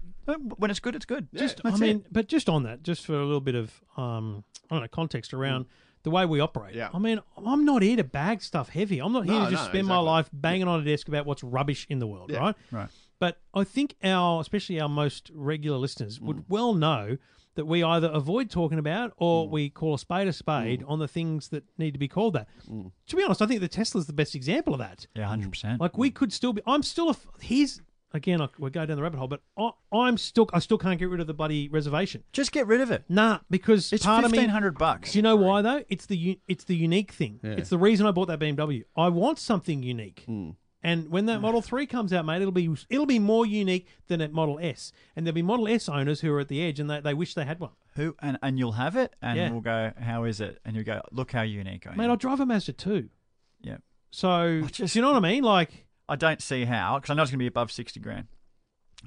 S6: When it's good, it's good.
S3: Just I
S6: That's
S3: mean,
S6: it.
S3: but just on that, just for a little bit of um, I don't know context around. The way we operate.
S2: Mm. Yeah.
S3: I mean, I'm not here to bag stuff heavy. I'm not here
S2: No,
S3: to just
S2: no,
S3: spend my
S2: exactly.
S3: life banging on a desk about what's rubbish in the world,
S2: Yeah.
S3: right?
S6: right.
S3: But I think our, especially our most regular listeners,
S2: Mm.
S3: would well know that we either avoid talking about
S2: Mm.
S3: or we call a spade a spade on the things that need to be called that.
S2: Mm.
S3: To be honest, I think the Tesla's the best example of that.
S6: Yeah, hundred percent.
S3: Hmm. Like we could still be. I'm still a. f- Here's again. I, we're going down the rabbit hole, but I, I'm still. I still can't get rid of the bloody reservation.
S6: Just get rid of it.
S3: Nah, because
S6: It's
S3: part of me.
S6: fifteen hundred bucks.
S3: Do you know why though? It's the u- it's the unique thing. It's the reason I bought that BMW. I want something unique. And when that Model Three comes out, mate, it'll be it'll be more unique than at Model S. And there'll be Model S owners who are at the edge and they, they wish they had one.
S6: Who and, and you'll have it, and
S3: Yeah.
S6: we'll go. How is it? And you go. Look how unique I am.
S3: Mate, I drive a Mazda two.
S6: yeah.
S3: So
S6: just-
S3: do you know what I mean? Like
S6: I don't see how because I know it's going to be above sixty grand.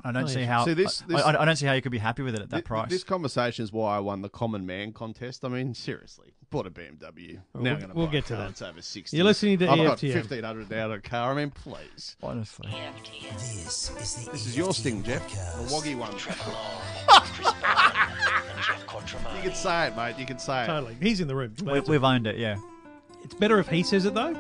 S6: I don't
S3: Oh,
S6: see
S3: yeah.
S6: how.
S2: See, this-
S6: I-
S2: this-
S6: I, I don't see how you could be happy with it at that
S2: Th-
S6: price.
S2: This conversation is why I won the Common Man contest. I mean, seriously, bought a BMW. now
S3: we'll-
S2: I'm gonna
S3: we'll
S2: buy
S3: get
S2: a
S3: to
S2: car
S3: that.
S2: that's over 60.
S3: You're listening to E
S2: I've got
S3: EFTM.
S2: 1500 down on a car. I mean, please.
S6: Honestly,
S4: EFTM.
S5: This is the E
S2: This is your
S5: EFTM
S2: sting, Jeff. The
S5: podcast.
S2: woggy one.
S5: Travel on. with Chris Bowen and Jeff Quattromani.
S2: You can say it, mate. You can say it.
S3: totally, he's in the room.
S6: we, we've owned it. Yeah,
S3: It's better if he says it though.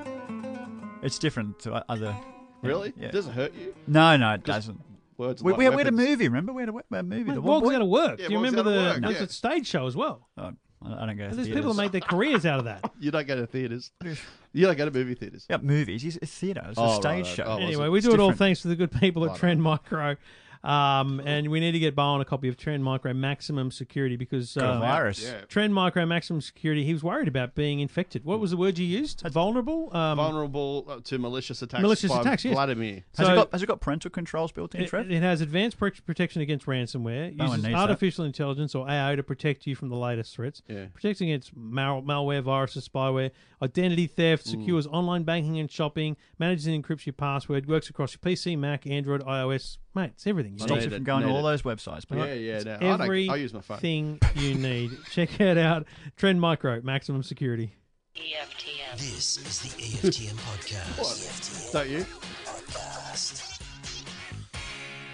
S6: it's different to o- other.
S2: Really?
S6: Yeah.
S2: It doesn't hurt you.
S6: No, no, it doesn't.
S2: Words.
S6: We,
S2: like
S6: we, had, we had a
S2: weapons.
S6: movie. Remember, we had a, we had a movie.
S3: Mate,
S6: the one
S3: Wog's
S6: boy.
S3: out of work.
S2: Yeah,
S3: Do you
S2: Wog's
S3: remember
S2: Out of
S3: the
S2: Work,
S3: no, it's
S2: yeah.
S3: a stage show as well?
S6: Oh, I I don't go. To
S3: And there's
S6: theaters.
S3: people that made their careers out of that.
S2: You don't go to theaters. you don't go to movie theaters.
S6: Yeah, movies. It's, it's theatre. It's
S2: Oh,
S6: a
S2: right,
S6: stage
S2: right.
S6: show.
S2: Oh, well,
S3: anyway,
S2: it's-
S3: we do it all
S6: different.
S3: thanks to the good people at
S2: Right.
S3: Trend Micro. Um, and we need to get Bowen a copy of Trend Micro Maximum Security because
S6: Got a
S3: uh,
S6: virus.
S2: Yeah.
S3: Trend Micro Maximum Security, he was worried about being infected. What was the word you used? Vulnerable? Um,
S2: Vulnerable uh, to malicious attacks.
S3: Malicious
S2: by
S3: attacks, yes.
S2: Vladimir.
S6: Has,
S3: So-
S6: it got, has it got parental controls built in,
S3: it,
S6: Trev?
S3: it has advanced pr- protection against ransomware,
S6: No one
S3: uses
S6: needs that.
S3: artificial intelligence or AI to protect you from the latest threats,
S2: Yeah.
S3: protects against mal- malware, viruses, spyware, identity
S2: Mm.
S3: theft, secures online banking and shopping, manages and encrypts your password, works across your PC, Mac, Android, iOS, mate, it's everything. You
S2: I
S3: need.
S6: Stops
S2: need
S6: you
S2: it,
S6: from going to
S2: need
S6: all
S2: it.
S6: those websites. But
S2: Yeah, yeah. No, I,
S3: Every
S2: don't, I use my phone.
S3: thing you need. Check it out. Trend Micro, maximum security.
S4: EFTM.
S5: This is the E EFTM podcast. E
S2: Don't you?
S5: Podcast.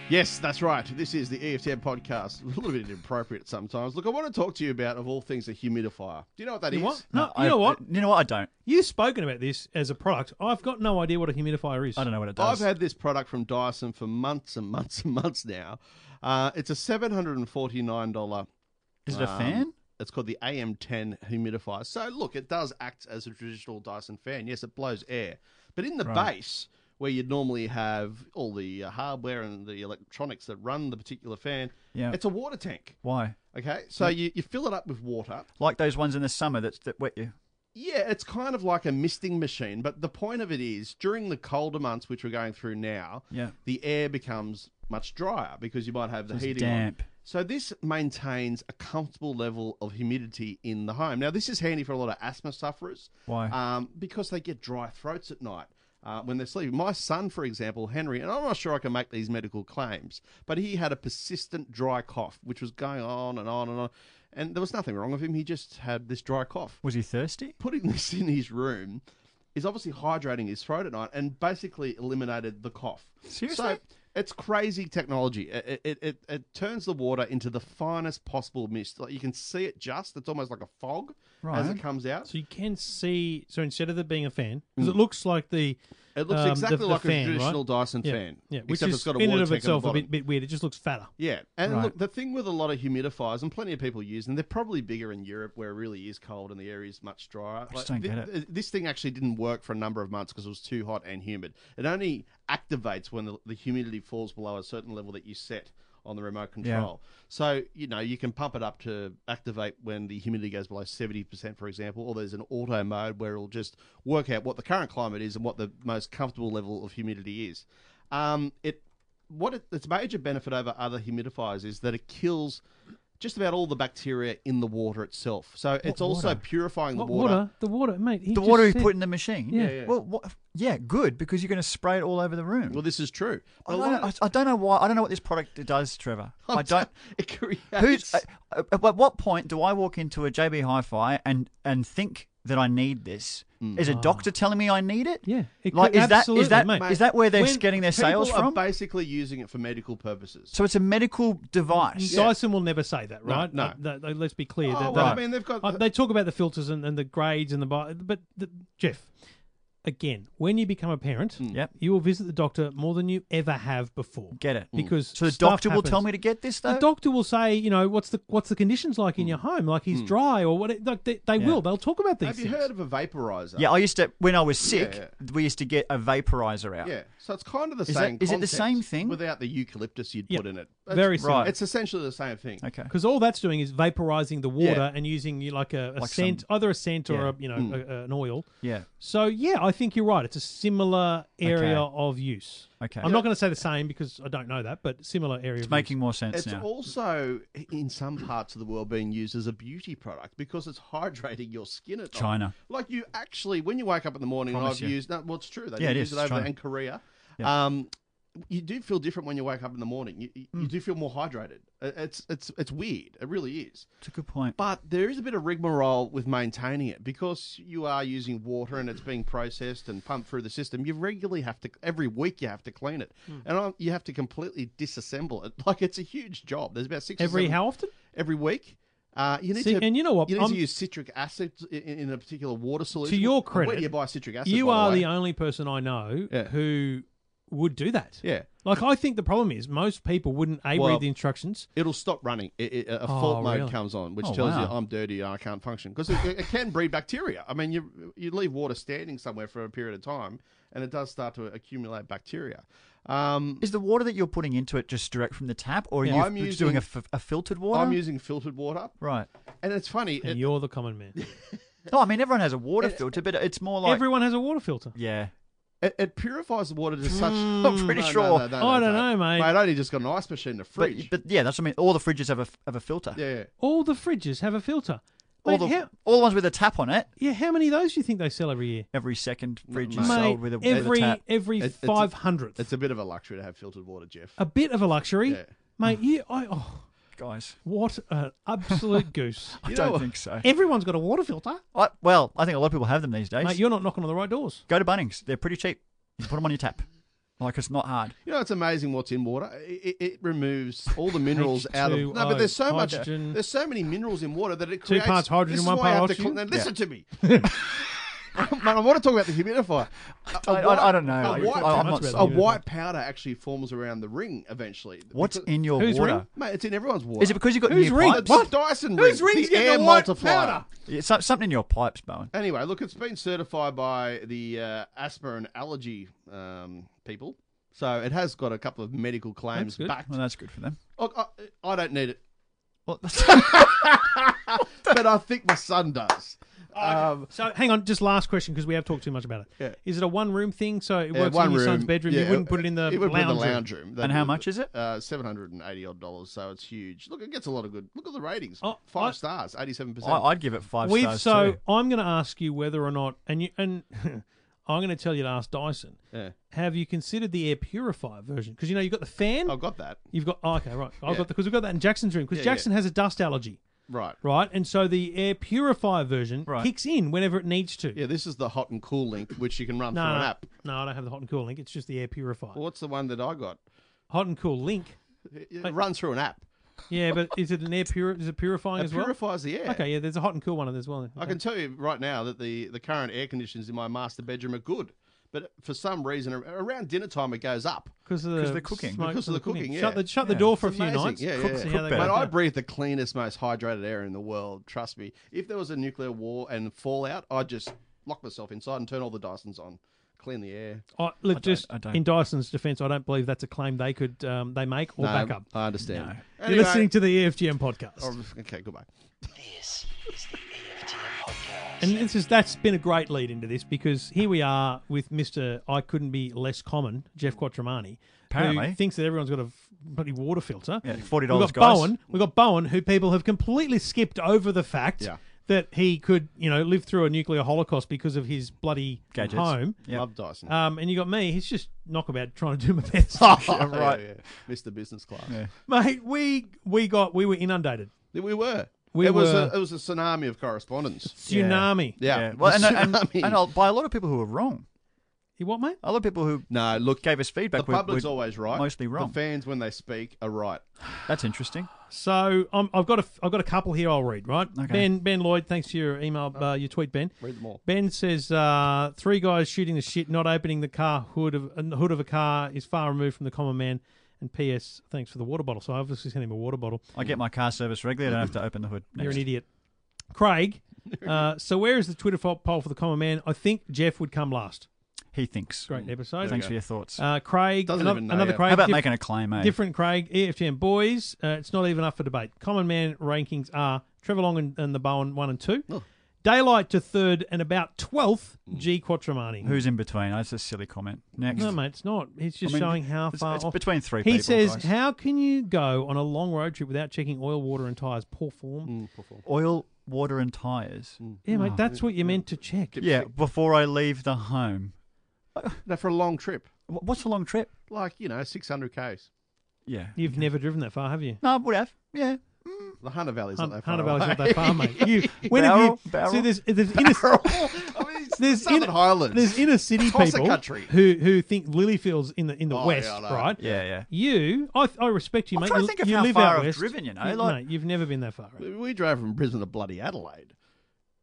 S2: Yes, that's right. This is the E EFTM podcast. A little bit inappropriate sometimes. Look, I want to talk to you about, of all things, a humidifier. Do you know what that is?
S3: You what? No, you
S6: I-
S3: know what?
S6: You know what? I don't.
S3: You've spoken about this as a product. I've got no idea what a humidifier is.
S6: I don't know what it
S2: I've
S6: does.
S2: had this product from Dyson for months and months and months now. Uh, it's a $749.
S6: is it a
S2: um,
S6: fan?
S2: It's called the AM10 humidifier. So, look, it does act as a traditional Dyson fan. Yes, it blows air. But in the
S6: Right.
S2: base, where you'd normally have all the uh, hardware and the electronics that run the particular fan,
S6: Yeah.
S2: it's a water tank.
S6: Why?
S2: Okay, so you, you fill it up with water.
S6: Like those ones in the summer that that wet you.
S2: Yeah, it's kind of like a misting machine, but the point of it is during the colder months, which we're going through now,
S6: Yeah.
S2: the air becomes much drier because you might have the
S6: So it's
S2: heating on.
S6: damp.
S2: So this maintains a comfortable level of humidity in the home. Now, this is handy for a lot of asthma sufferers.
S6: Why?
S2: Um, because they get dry throats at night. Uh, when they're sleeping. My son, for example, Henry, and I'm not sure I can make these medical claims, but he had a persistent dry cough, which was going on and on and on. And there was nothing wrong with him. He just had this dry cough
S6: Was he thirsty?
S2: putting this in his room is obviously hydrating his throat at night and basically eliminated the cough.
S6: Seriously?
S2: So it's crazy technology. It, it, it, it turns the water into the finest possible mist. Like you can see it just. It's almost like a fog as
S6: Right.
S2: it comes out.
S3: So you can see. So instead of it being a fan, because
S2: Mm.
S3: it looks like the
S2: It looks
S3: um, the-
S2: exactly
S3: the
S2: like
S3: fan,
S2: a traditional
S3: right?
S2: Dyson
S3: yeah,
S2: fan.
S3: yeah, which
S2: except
S3: is
S2: it's got a
S3: in
S2: water
S3: and of
S2: tank on
S3: itself
S2: the
S3: a
S2: bottom.
S3: bit, bit weird. It just looks fatter.
S2: Yeah, and
S6: Right.
S2: look, the thing with a lot of humidifiers, and plenty of people use them, they're probably bigger in Europe where it really is cold and the air is much drier. I
S6: just don't get
S2: it. This thing actually didn't work for a number of months because it was too hot and humid. It only activates when the, the humidity falls below a certain level that you set on the remote control. So, you know, you can pump it up to activate when the humidity goes below 70%, for example, or there's an auto mode where it'll just work out what the current climate is and what the most comfortable level of humidity is. Um, it what it, its major benefit over other humidifiers is that it kills just about all the bacteria in the water itself. So it's also
S6: water?
S2: purifying
S3: What
S2: the water.
S3: water? The water, mate. he
S6: The
S3: just
S6: water he
S3: said-
S6: put in the machine.
S3: Yeah. Yeah, yeah.
S6: Well, what, yeah, good because you're going to spray it all over the room.
S2: Well, this is true.
S6: I
S2: But a
S6: don't,
S2: lot
S6: know,
S2: of-
S6: I, I don't know why. I don't know what this product does, Trevor. I don't.
S2: It creates.
S6: Who's, at, at what point do I walk into a JB Hi-Fi and and think that I need this? Is a doctor telling me I need it?
S3: Yeah, it
S6: like
S3: could-
S6: is that
S3: absolutely,
S6: is that is
S3: mate.
S6: that where they're
S3: When
S6: getting their
S2: people
S6: sales
S2: are
S6: from?
S2: basically using it for medical purposes.
S6: so it's a medical device.
S3: Dyson will never say that,
S2: No,
S3: right?
S2: no.
S3: Uh, th- th- let's be clear.
S2: Oh,
S3: that
S2: well, I
S3: they-
S2: mean, they've got-
S3: uh, they talk about the filters and, and the grades and the bi- but the, Jeff, again, when you become a parent,
S2: Hmm.
S6: Yep.
S3: you will visit the doctor more than you ever have before.
S6: Get
S2: Hmm.
S6: it? Mm.
S3: Because
S6: so the
S3: stuff
S6: doctor will tell
S3: happens.
S6: me to get this though.
S3: The doctor will say, you know, what's the what's the conditions like
S2: Hmm.
S3: in your home? Like he's dry or what? Like they, they will. They'll talk about these.
S2: Have you
S3: things.
S2: heard of a vaporizer?
S6: yeah, I used to when I was sick,
S2: Yeah,
S6: we used to get a vaporizer out.
S2: Yeah. So it's kind of the
S6: that-
S2: same.
S6: is it the
S2: concept
S6: same thing?
S2: without the eucalyptus you'd
S3: Yeah.
S2: put in it?
S3: Very
S2: It's-
S3: similar.
S2: It's essentially the same thing.
S6: Okay.
S3: Because all that's doing is vaporizing the water
S2: Yeah.
S3: and using you like a, a
S6: Like
S3: scent,
S6: some-
S3: either a scent or
S6: Yeah. Mm.
S3: a, you know a, a- an oil.
S6: Yeah.
S3: So yeah, I think you're right. It's a similar area
S6: Okay.
S3: of use.
S6: Okay.
S3: I'm not going to say the same because I don't know that, but similar area.
S6: It's
S3: of
S6: making more sense
S2: It's
S6: now.
S2: also in some parts of the world being used as a beauty product because it's hydrating your skin at night.
S6: China.
S2: Like you actually, when you wake up in the morning, and
S6: Promise
S2: I've
S6: you.
S2: used that. Well, it's true. They
S6: Yeah,
S2: do
S6: it
S2: use
S6: is.
S2: it over
S6: China.
S2: there in Korea. Um, you do feel different when you wake up in the morning. You, you
S6: Hmm.
S2: you do feel more hydrated. Uh, It's it's it's weird. It really is.
S6: It's a good point.
S2: But there is a bit of rigmarole with maintaining it because you are using water and it's being processed and pumped through the system. You regularly have to, every week, you have to clean it,
S3: Hmm.
S2: and i you have to completely disassemble it. Like it's a huge job. There's about six or
S3: every
S2: seven-
S3: how often?
S2: every week. Uh, you need
S3: See,
S2: to,
S3: and you know what?
S2: You need
S3: I'm-
S2: to use citric acid in, in a particular water solution.
S3: your
S2: where
S3: credit,
S2: do you buy citric acid?
S3: You
S2: by
S3: are
S2: the,
S3: the
S2: way?
S3: only person I know
S2: Yeah.
S3: who would do that.
S2: Yeah.
S3: Like I think the problem is most people wouldn't a
S2: Well-
S3: read the instructions.
S2: It'll stop running. It, it, a fault mode
S3: really?
S2: comes on, which
S6: Oh,
S2: tells you
S6: wow.
S2: I'm dirty and I can't function because it, it can breed bacteria. I mean, you you leave water standing somewhere for a period of time, and it does start to accumulate bacteria. Um,
S6: Is the water that you're putting into it just direct from the tap, or are
S2: Yeah.
S6: you
S2: I'm
S6: f-
S2: using-
S6: doing a, f- a filtered water?
S2: I'm using filtered water,
S6: right.
S2: and it's funny.
S3: And
S2: it-
S3: you're the common man.
S6: No, I mean everyone has a water filter, but it's more like
S3: Everyone has a water filter.
S6: yeah.
S2: It, it purifies the water to such. I'm
S6: Hmm, pretty sure.
S3: I don't know, mate.
S2: Mate, I only just got an ice machine in the
S6: But,
S2: fridge.
S6: but yeah, that's what I mean. All the fridges have a f- have a filter.
S2: yeah, yeah.
S3: All the fridges have a filter.
S6: All
S3: Mate,
S6: the
S3: how-
S6: all the ones with a tap on it.
S3: Yeah, how many of those do you think they sell every year?
S6: Every second fridge is
S2: mate,
S6: sold with a, with a
S3: every
S6: tap.
S3: every
S2: It's- it's-
S3: five hundredth.
S2: It's a bit of a luxury to have filtered water, Jeff.
S3: a bit of a luxury,
S2: Yeah.
S3: mate. You, I, oh,
S6: Guys,
S3: what an absolute goose!
S6: I
S2: You
S6: don't
S2: know-
S6: think so.
S3: Everyone's got a water filter,
S6: I, well, I think a lot of people have them these days.
S3: mate. You're not knocking on the right doors.
S6: Go to Bunnings; they're pretty cheap. You put them on your tap. Like it's not hard.
S2: You know, it's amazing what's in water. It, it, it removes all the minerals out of. No,
S3: H2O,
S2: but there's so much.
S3: hydrogen.
S2: There's so many minerals in water that it creates.
S3: parts hydrogen,
S2: this is
S3: one
S2: why I
S3: part
S2: have to cl-
S3: oxygen.
S2: now listen to me. Man, I want to talk about the humidifier. A- a
S6: I- I- I don't know.
S2: A
S6: I-
S2: white,
S6: I- I'm oh,
S3: not-
S2: a white powder actually forms around the ring eventually.
S6: What's
S2: Because-
S6: in your
S3: Who's
S6: water?
S3: ring?
S2: Mate, it's in everyone's water.
S6: Is it because you got
S3: Who's
S6: new
S3: ring?
S6: pipes?
S2: It's the Dyson ring.
S3: Whose ring's
S2: the
S3: getting
S2: air
S3: the white
S2: multiplier.
S3: powder?
S6: It's so- something in your pipes, Bowen.
S2: Anyway, look, it's been certified by the uh, asthma and allergy um, people. So it has got a couple of medical claims
S3: That's good.
S2: backed.
S6: Well, that's good for them.
S2: Look, I, I don't need it,
S6: Well,
S2: but I think my son does. Um,
S3: So hang on, just last question because we have talked too much about it. Is
S2: Yeah.
S3: it a one room thing? So it
S2: yeah,
S3: works
S2: one
S3: in your
S2: room,
S3: son's bedroom.
S2: yeah,
S3: you wouldn't put it in the
S2: it would
S3: lounge.
S2: Put in the
S3: room.
S2: lounge room.
S6: and how much is it?
S2: Uh, Seven hundred and eighty odd dollars. So it's huge. Look, it gets a lot of good. Look at the ratings.
S3: Oh,
S2: Five
S3: I-
S2: stars, eighty-seven percent.
S6: I, I'd give it 5
S3: We've,
S6: stars
S3: so
S6: too.
S3: I'm going to ask you whether or not, and you, and I'm going to tell you to ask Dyson.
S2: Yeah.
S3: Have you considered the air purifier version? Because you know you've got the fan.
S2: I've got that.
S3: You've got oh, okay, right. I've
S2: Yeah.
S3: got because we've got that in Jackson's room because
S2: Yeah,
S3: Jackson has a dust allergy,
S2: Right.
S3: right? And so the air purifier version
S6: Right.
S3: kicks in whenever it needs to.
S2: Yeah, this is the hot and cool link, which you can run
S3: no,
S2: through
S3: no,
S2: an
S3: no.
S2: app.
S3: No, I don't have the hot and cool link. It's just the air purifier.
S2: Well, what's the one that I got?
S3: Hot and cool link.
S2: It, it runs through an app.
S3: Yeah, but is it an air pur? Is it purifying
S2: It
S3: as well?
S2: purifies the air.
S3: Okay, yeah. There's a hot and cool one as well.
S2: I can tell you right now that the, the current air conditions in my master bedroom are good, but for some reason ar- around dinner time it goes up.
S3: because of the
S6: 'Cause of the cooking.
S3: smoke
S2: Because of the
S3: from
S2: cooking,
S3: Shut
S2: yeah.
S3: the shut the
S6: Yeah.
S3: door for a
S2: It's
S3: few
S2: amazing.
S3: nights.
S2: Yeah, yeah,
S3: Cook- see how
S6: yeah. Cook
S3: they
S2: But
S6: better.
S3: go.
S2: I breathe the cleanest, most hydrated air in the world. Trust me. If there was a nuclear war and fallout, I'd just lock myself inside and turn all the Dysons on, clean the air.
S3: I, Oh, look, just
S6: I don't.
S3: in Dyson's defence, I don't believe that's a claim they could um, they make or
S2: No,
S3: back up.
S2: I understand. oh,
S3: You're listening to the E EFGM podcast,
S2: Okay, goodbye.
S5: This is the E EFTM podcast.
S3: and this is that's been a great lead into this because here we are with Mister I couldn't be less common, Jeff Quattromani,
S6: Apparently.
S3: who thinks that everyone's got a f- bloody water filter.
S6: Yeah, $40,
S3: We've got
S6: guys.
S3: Bowen. We've got Bowen, who people have completely skipped over the fact
S2: Yeah.
S3: that he could, you know, live through a nuclear holocaust because of his bloody
S6: Gadgets.
S3: home.
S6: Yeah.
S2: Love Dyson.
S3: Um, and you got me. He's just knockabout trying to do my best,
S2: Oh, Yeah,
S6: right.
S2: yeah. Mr. Business Class.
S3: mate. We we got we were inundated.
S2: We were.
S3: We
S2: it was
S3: were-
S2: a, it was a tsunami of correspondence.
S3: Tsunami.
S2: Yeah.
S6: Well, and,
S2: The
S6: and,
S2: tsunami.
S6: and, uh, by a lot of people who were wrong.
S3: You what, mate?
S6: A lot of people who
S2: no, look,
S6: gave us feedback
S2: The
S6: were,
S2: public's
S6: were
S2: always right.
S6: mostly wrong.
S2: The fans, when they speak, are right.
S6: That's interesting.
S3: So um, I've got a I've got a couple here. I'll read. Right, Ben Ben Lloyd. Thanks for your email, uh, your tweet, Ben.
S2: Read them all.
S3: Ben says uh, three guys shooting the shit, not opening the car hood of uh, hood of a car is far removed from the common man. And P.S. Thanks for the water bottle. So I obviously sent him a water bottle.
S6: I get my car service regularly. I don't have to open the hood.
S3: You're
S6: next.
S3: an idiot, Craig. Uh, so where is the Twitter fo- poll for the common man? I think Jeff would come last.
S6: He thinks.
S3: Great episode.
S6: Hmm. Thanks for your thoughts.
S3: Uh, Craig,
S2: Doesn't
S3: another,
S2: even know
S3: another
S2: yet.
S3: Craig.
S6: How about
S3: diff-
S6: making a claim, eh?
S3: different Craig? E EFTM boys, uh, it's not even up for debate. Common man rankings are Trevor Long and, and the Bowen one and two,
S6: Oh.
S3: Daylight to third, and about twelfth.
S6: Mm.
S3: G Quattromani.
S6: Who's in between? That's a silly comment. Next.
S3: No, mate, it's not. It's just
S6: I mean,
S3: showing how
S6: it's-
S3: far
S6: it's
S3: off.
S6: between three
S3: He
S6: people,
S3: says,
S6: guys.
S3: "How can you go on a long road trip without checking oil, water, and tires? Poor form."
S6: Mm. Oil, water, and tyres.
S3: Yeah,
S6: Ah.
S3: mate, that's what you're meant to check.
S6: Yeah, before I leave the home.
S2: No, for a long trip,
S6: Wh- What's a long trip?
S2: like you know, six hundred k's.
S6: Yeah.
S3: You've never driven that far, have you?
S6: No, I would have. Yeah.
S2: The Hunter Valley's not that far.
S3: Hunter Valley's
S2: away.
S3: not that far, mate. You, when have you
S6: Barrel, barrel.
S3: see there's there's inner,
S2: I mean, it's
S3: there's
S2: Southern
S3: inner,
S2: Highlands.
S3: There's inner city
S2: Across the
S3: people
S2: country.
S3: who who think Lilyfield's in the in the
S2: Oh,
S3: west,
S2: yeah, I know.
S3: right?
S6: Yeah, yeah.
S3: You, I, I respect you,
S6: I'm
S3: mate.
S6: trying to
S3: you
S6: think of
S3: you
S6: how
S3: live
S6: far
S3: out
S6: I've
S3: west.
S6: driven, you know,
S3: You-
S6: like-
S3: mate, you've never been that far. right?
S2: we drove from Brisbane to bloody Adelaide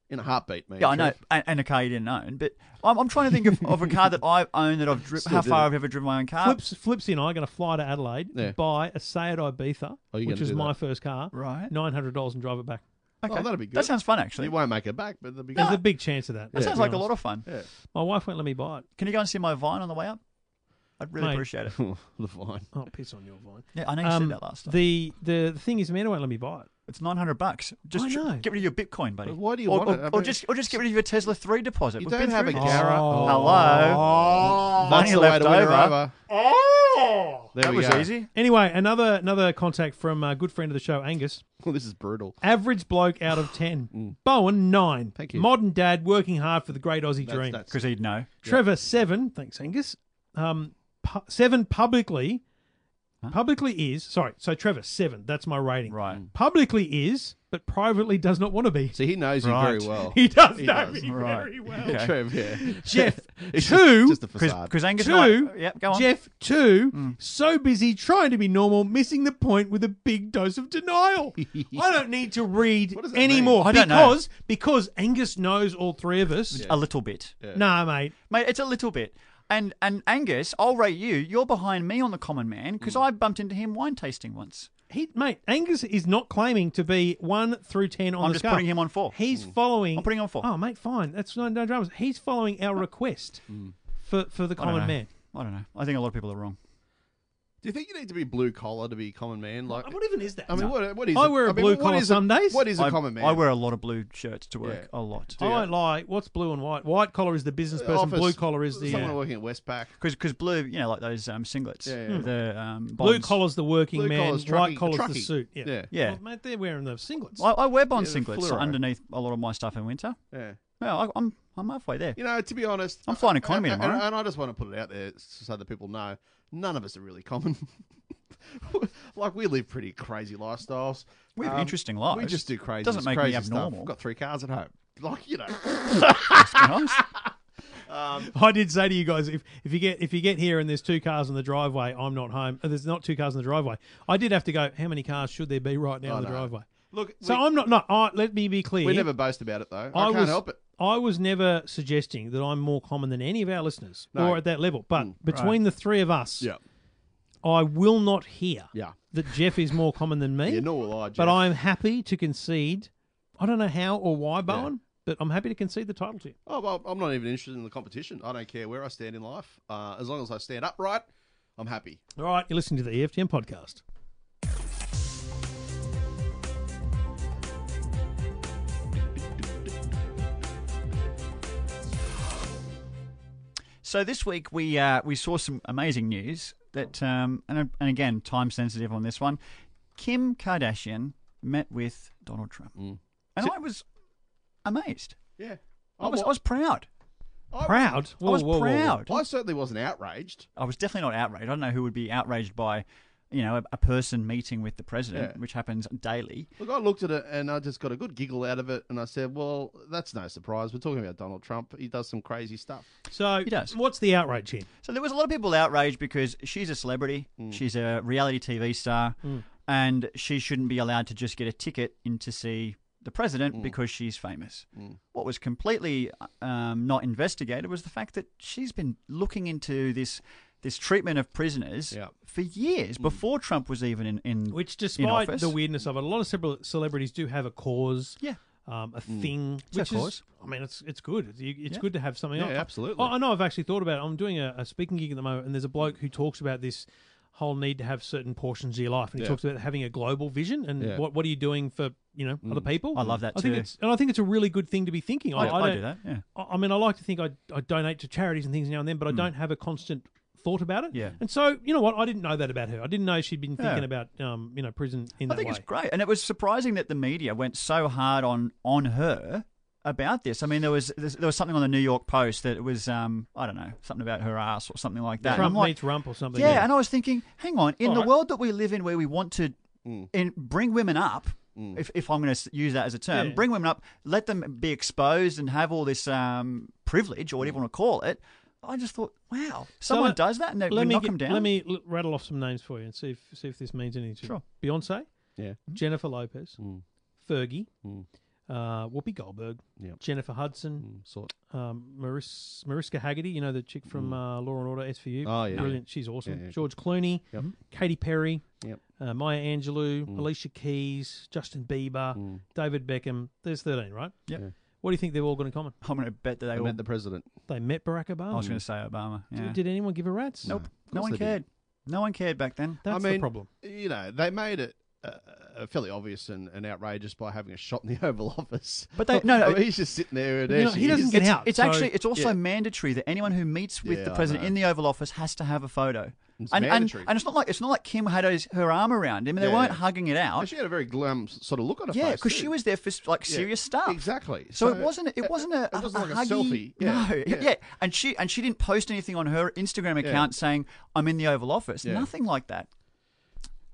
S2: in a heartbeat, man.
S6: Yeah, I know,
S2: Jeff.
S6: and, and a car you didn't own. But I'm, I'm trying to think of, of a car that I own that I've dri-
S2: Still
S6: how
S2: did
S6: far
S2: it.
S6: I've ever driven my own car.
S3: Flips, Flipsy and I are going to fly to Adelaide,
S2: Yeah.
S3: buy a Seat Ibiza,
S2: Oh, you're
S3: which
S2: gonna
S3: is
S2: do
S3: my
S2: that.
S3: first car,
S6: Right.
S3: Nine hundred dollars and drive it back.
S6: Okay.
S2: Oh, that'd be good.
S6: That sounds fun, actually.
S2: You won't make it back, but that'd be
S3: There's a
S2: good.
S3: big chance of that.
S6: That sounds like a lot of fun.
S2: Yeah.
S3: My wife won't let me buy it.
S6: Can you go and see my vine on the way up? I'd really
S3: Mate.
S6: appreciate it.
S2: the vine.
S3: Oh, piss on your vine. Um,
S6: Yeah, I know you said that last time.
S3: The, the the thing is, Amanda won't let me buy it.
S6: it's nine hundred bucks. Just
S3: I
S6: tr-
S3: know.
S6: get rid of your Bitcoin, buddy.
S2: But why do you
S6: or,
S2: want
S6: or,
S2: it? I
S6: or
S2: mean-
S6: just or just get rid of your Tesla three deposit.
S2: You
S6: We've
S2: don't
S6: been
S2: have a
S6: through this.
S2: garage.
S3: Oh.
S6: Hello.
S2: That's
S6: Money
S2: the way
S6: left
S2: to win her
S6: over.
S2: over. There
S6: That
S2: we
S6: was
S2: go.
S6: easy.
S3: Anyway, another another contact from a good friend of the show, Angus.
S2: Well, this is brutal.
S3: Average bloke out of 10. Bowen, 9.
S2: Mm. Thank you.
S3: Modern dad working hard for the great Aussie
S2: That's-
S3: dream.
S2: that's-
S6: Because he'd know.
S3: Trevor, 7. Thanks, Angus. Um, pu- 7 publicly. Publicly is. Sorry. So, Trevor, 7. That's my rating.
S6: Right.
S3: Publicly is, but privately does not want to be.
S2: so he knows you
S6: Right.
S2: very well.
S3: He does
S2: He
S3: know
S2: does,
S3: me
S6: right.
S3: very well.
S6: Okay.
S2: Trev, yeah.
S3: Jeff,
S2: It's just-
S3: two.
S2: Just a facade.
S6: Because Angus.
S3: Two,
S6: Like, yep, go on. Hmm.
S3: Jeff, two, so busy trying to be normal, missing the point with a big dose of denial. I don't need to read
S2: What does that mean?
S3: anymore
S6: I don't know.
S3: because because Angus knows all three of us.
S6: A little bit.
S3: Nah, mate.
S6: Mate, it's a little bit. And and Angus, I'll rate you. You're behind me on the common man because
S2: Hmm.
S6: I bumped into him wine tasting once.
S3: He, mate, Angus is not claiming to be one through ten on
S6: I'm
S3: the
S6: just
S3: scale.
S6: putting him on four. Hmm.
S3: He's following.
S6: I'm putting him on four.
S3: Oh, mate, fine. That's no, no dramas. He's following our request for for the
S6: Hmm. I don't
S3: common
S6: know.
S3: man.
S6: I don't know. I think a lot of people are wrong.
S2: Do you think you need to be blue collar to be common man? Like,
S3: What even is that?
S2: I mean, what, what is?
S3: I wear a
S2: I mean,
S3: blue
S2: what
S3: collar
S2: is
S3: some days.
S2: What is a
S6: I-
S2: common man?
S6: I wear a lot of blue shirts to work.
S2: Yeah.
S6: A lot.
S3: I don't lie. What's blue and white? White collar is the business person.
S2: Uh, Office-
S3: blue collar is the
S2: someone
S3: uh,
S2: working at Westpac.
S6: Because blue, you know, like those um, singlets.
S2: Yeah, yeah.
S6: The um,
S3: Hmm. Blue
S6: bonds.
S3: collar's the working
S2: Blue
S3: man,
S2: collar's
S3: white
S2: trucking-
S3: collar's the
S2: trucking.
S3: suit. Yeah.
S2: Yeah.
S6: Yeah.
S3: Well, mate, they're wearing the singlets.
S6: I, I wear bond
S2: Yeah, the
S6: singlets
S2: fluoro.
S6: underneath a lot of my stuff in winter.
S2: Yeah.
S6: Well, I, I'm I'm halfway there.
S2: You know, to be honest,
S6: I'm flying economy
S2: and- and-
S6: tomorrow.
S2: and I just want to put it out there so that people know none of us are really common. like we live pretty crazy lifestyles. Um,
S6: We have interesting lives.
S2: We just do crazy.
S6: Doesn't make me
S2: crazy
S6: abnormal.
S2: Stuff. Got three cars at home. Like you know,
S6: Nice.
S3: I did say to you guys, if, if you get if you get here and there's two cars in the driveway, I'm not home. uh, There's not two cars in the driveway. I did have to go. How many cars should there be right now in the
S2: no.
S3: driveway?
S2: look.
S3: So
S2: we,
S3: I'm not. No, I, let me be clear.
S2: we never boast about it though. I, can't
S3: was,
S2: help it.
S3: I was never suggesting that I'm more common than any of our listeners
S2: No. Mm,
S3: or at that level. But between the three of us,
S2: Yeah,
S3: I will not hear
S2: yeah.
S3: that Jeff is more common than me.
S2: You know will I. Jeff.
S3: But I'm happy to concede. I don't know how or why, Bowen, but I'm happy to concede the title to you.
S2: Oh well, I'm not even interested in the competition. I don't care where I stand in life. Uh, as long as I stand upright, I'm happy.
S3: All right, you're listening to the E EFTM podcast.
S6: So this week we uh, we saw some amazing news that um, and and again time sensitive on this one. Kim Kardashian met with Donald Trump,
S3: Mm.
S6: and I was amazed.
S2: Yeah.
S6: I
S2: Oh,
S6: was I was proud.
S3: Proud. Whoa,
S6: I was
S3: whoa, whoa, whoa.
S6: proud.
S2: I certainly wasn't outraged.
S6: I was definitely not outraged. I don't know who would be outraged by, you know, a, a person meeting with the president,
S2: Yeah.
S6: which happens daily.
S2: Look, I looked at it and I just got a good giggle out of it, and I said, "Well, that's no surprise. We're talking about Donald Trump. He does some crazy stuff."
S3: So,
S6: He does.
S3: what's the outrage here?
S6: So there was a lot of people outraged because she's a celebrity,
S2: Mm.
S6: she's a reality TV star,
S3: Mm.
S6: and she shouldn't be allowed to just get a ticket in to see the president
S2: Mm.
S6: because she's famous. What was completely um, not investigated was the fact that she's been looking into this this treatment of prisoners
S2: Yeah. Mm.
S6: for years before Trump was even in in
S3: Which,
S6: in
S3: despite
S6: office.
S3: the weirdness of it, a lot of cele- celebrities do have a cause,
S6: yeah.
S3: um, a thing,
S6: a
S3: which is,
S6: cause.
S3: I mean, it's it's good. It's, you- it's
S6: Yeah.
S3: good to have something.
S2: Yeah,
S3: else.
S2: absolutely.
S3: Oh, I know. I've actually thought about it. I'm doing a, a speaking gig at the moment, and there's a bloke who talks about this whole need to have certain portions of your life, and he
S2: Yeah.
S3: talks about having a global vision and
S2: Yeah.
S3: what what are you doing for you know other people.
S6: Mm. I love that
S3: I think
S6: too.
S3: it's and I think it's a really good thing to be thinking.
S6: I, I
S3: don't-
S6: do that. Yeah.
S3: I I mean, I like to think I, I donate to charities and things now and then, but I don't have a constant thought about it.
S6: Hmm. Yeah.
S3: And so, you know what? I didn't know that about her. I didn't know she'd been thinking
S6: Yeah.
S3: about, um, you know, prison in
S6: I
S3: that
S6: think
S3: way.
S6: it's great, and it was surprising that the media went so hard on on her about this. I mean, there was there was something on the New York Post that it was um I don't know something about her ass or something like that. And
S3: Trump
S6: I'm like,
S3: meets Rump or something.
S6: yeah, and I was thinking, hang on, in
S3: All
S6: the
S3: right.
S6: world that we live in, where we want to
S2: Mm.
S6: in, bring women up. If, if I'm going to use that as a term,
S3: Yeah.
S6: bring women up, let them be exposed and have all this um, privilege or whatever you want to call it. I just thought, wow, someone
S3: let-
S6: does that and they
S3: let
S6: we
S3: me
S6: knock
S3: get-
S6: them down.
S3: Let me l- rattle off some names for you and see if see if this means anything. to you.
S6: Sure. Hmm?
S3: Beyonce,
S2: Yeah.
S3: Jennifer Lopez, Fergie, uh, Whoopi Goldberg,
S2: Yep.
S3: Jennifer
S6: Hmm.
S3: Hudson,
S2: Sort.
S3: um, Maris, Mariska Haggerty, you know the chick from uh, Law and Order
S2: Mm.
S3: SVU.
S2: Oh, yeah.
S3: brilliant. She's awesome.
S2: Yeah, yeah.
S3: George Clooney, Katy Perry,
S2: Yep. Mm.
S3: uh, Maya Angelou, Alicia Keys, Justin Bieber, David Beckham. There's 13, right?
S6: Yep. Yeah.
S3: What do you think they've all got in common?
S6: I'm going to bet that they
S2: I
S6: all.
S2: met the president.
S3: They met Barack
S6: I was
S3: Obama.
S6: going to say Obama.
S3: Did-
S6: Yeah.
S3: Did anyone give a rat's?
S6: Nope.
S2: No
S6: No
S2: one
S6: one
S2: they did.
S6: cared. No one cared back then.
S3: That's
S2: I mean,
S3: the problem.
S2: You know, they made it uh, fairly obvious and, and outrageous by having a shot in the Oval Office.
S6: But they- no, no,
S2: I mean, he's just sitting there. And
S3: You
S2: there
S3: know,
S2: she
S3: he doesn't
S2: is.
S3: get
S6: it's,
S3: out.
S6: It's
S3: so-
S6: actually it's also
S2: Yeah.
S6: mandatory that anyone who meets with
S2: Yeah,
S6: the
S2: I
S6: president
S2: know.
S6: in the Oval Office has to have a photo.
S2: It's
S6: and, and,
S2: mandatory.
S6: and it's not like it's not like Kim had his, her arm around him. and They
S2: Yeah.
S6: weren't hugging it
S2: And
S6: out.
S2: she had a very glum sort of look on her face.
S6: Yeah, because she
S2: too.
S6: was there for like serious stuff.
S2: Exactly.
S6: So, it
S2: So,
S6: wasn't
S2: uh,
S6: it wasn't a,
S2: it wasn't like a
S6: huggy-
S2: selfie. Yeah,
S6: No,
S2: yeah.
S6: yeah. and she and she didn't post anything on her Instagram account saying I'm in the Oval Office.
S2: Yeah.
S6: Nothing like that.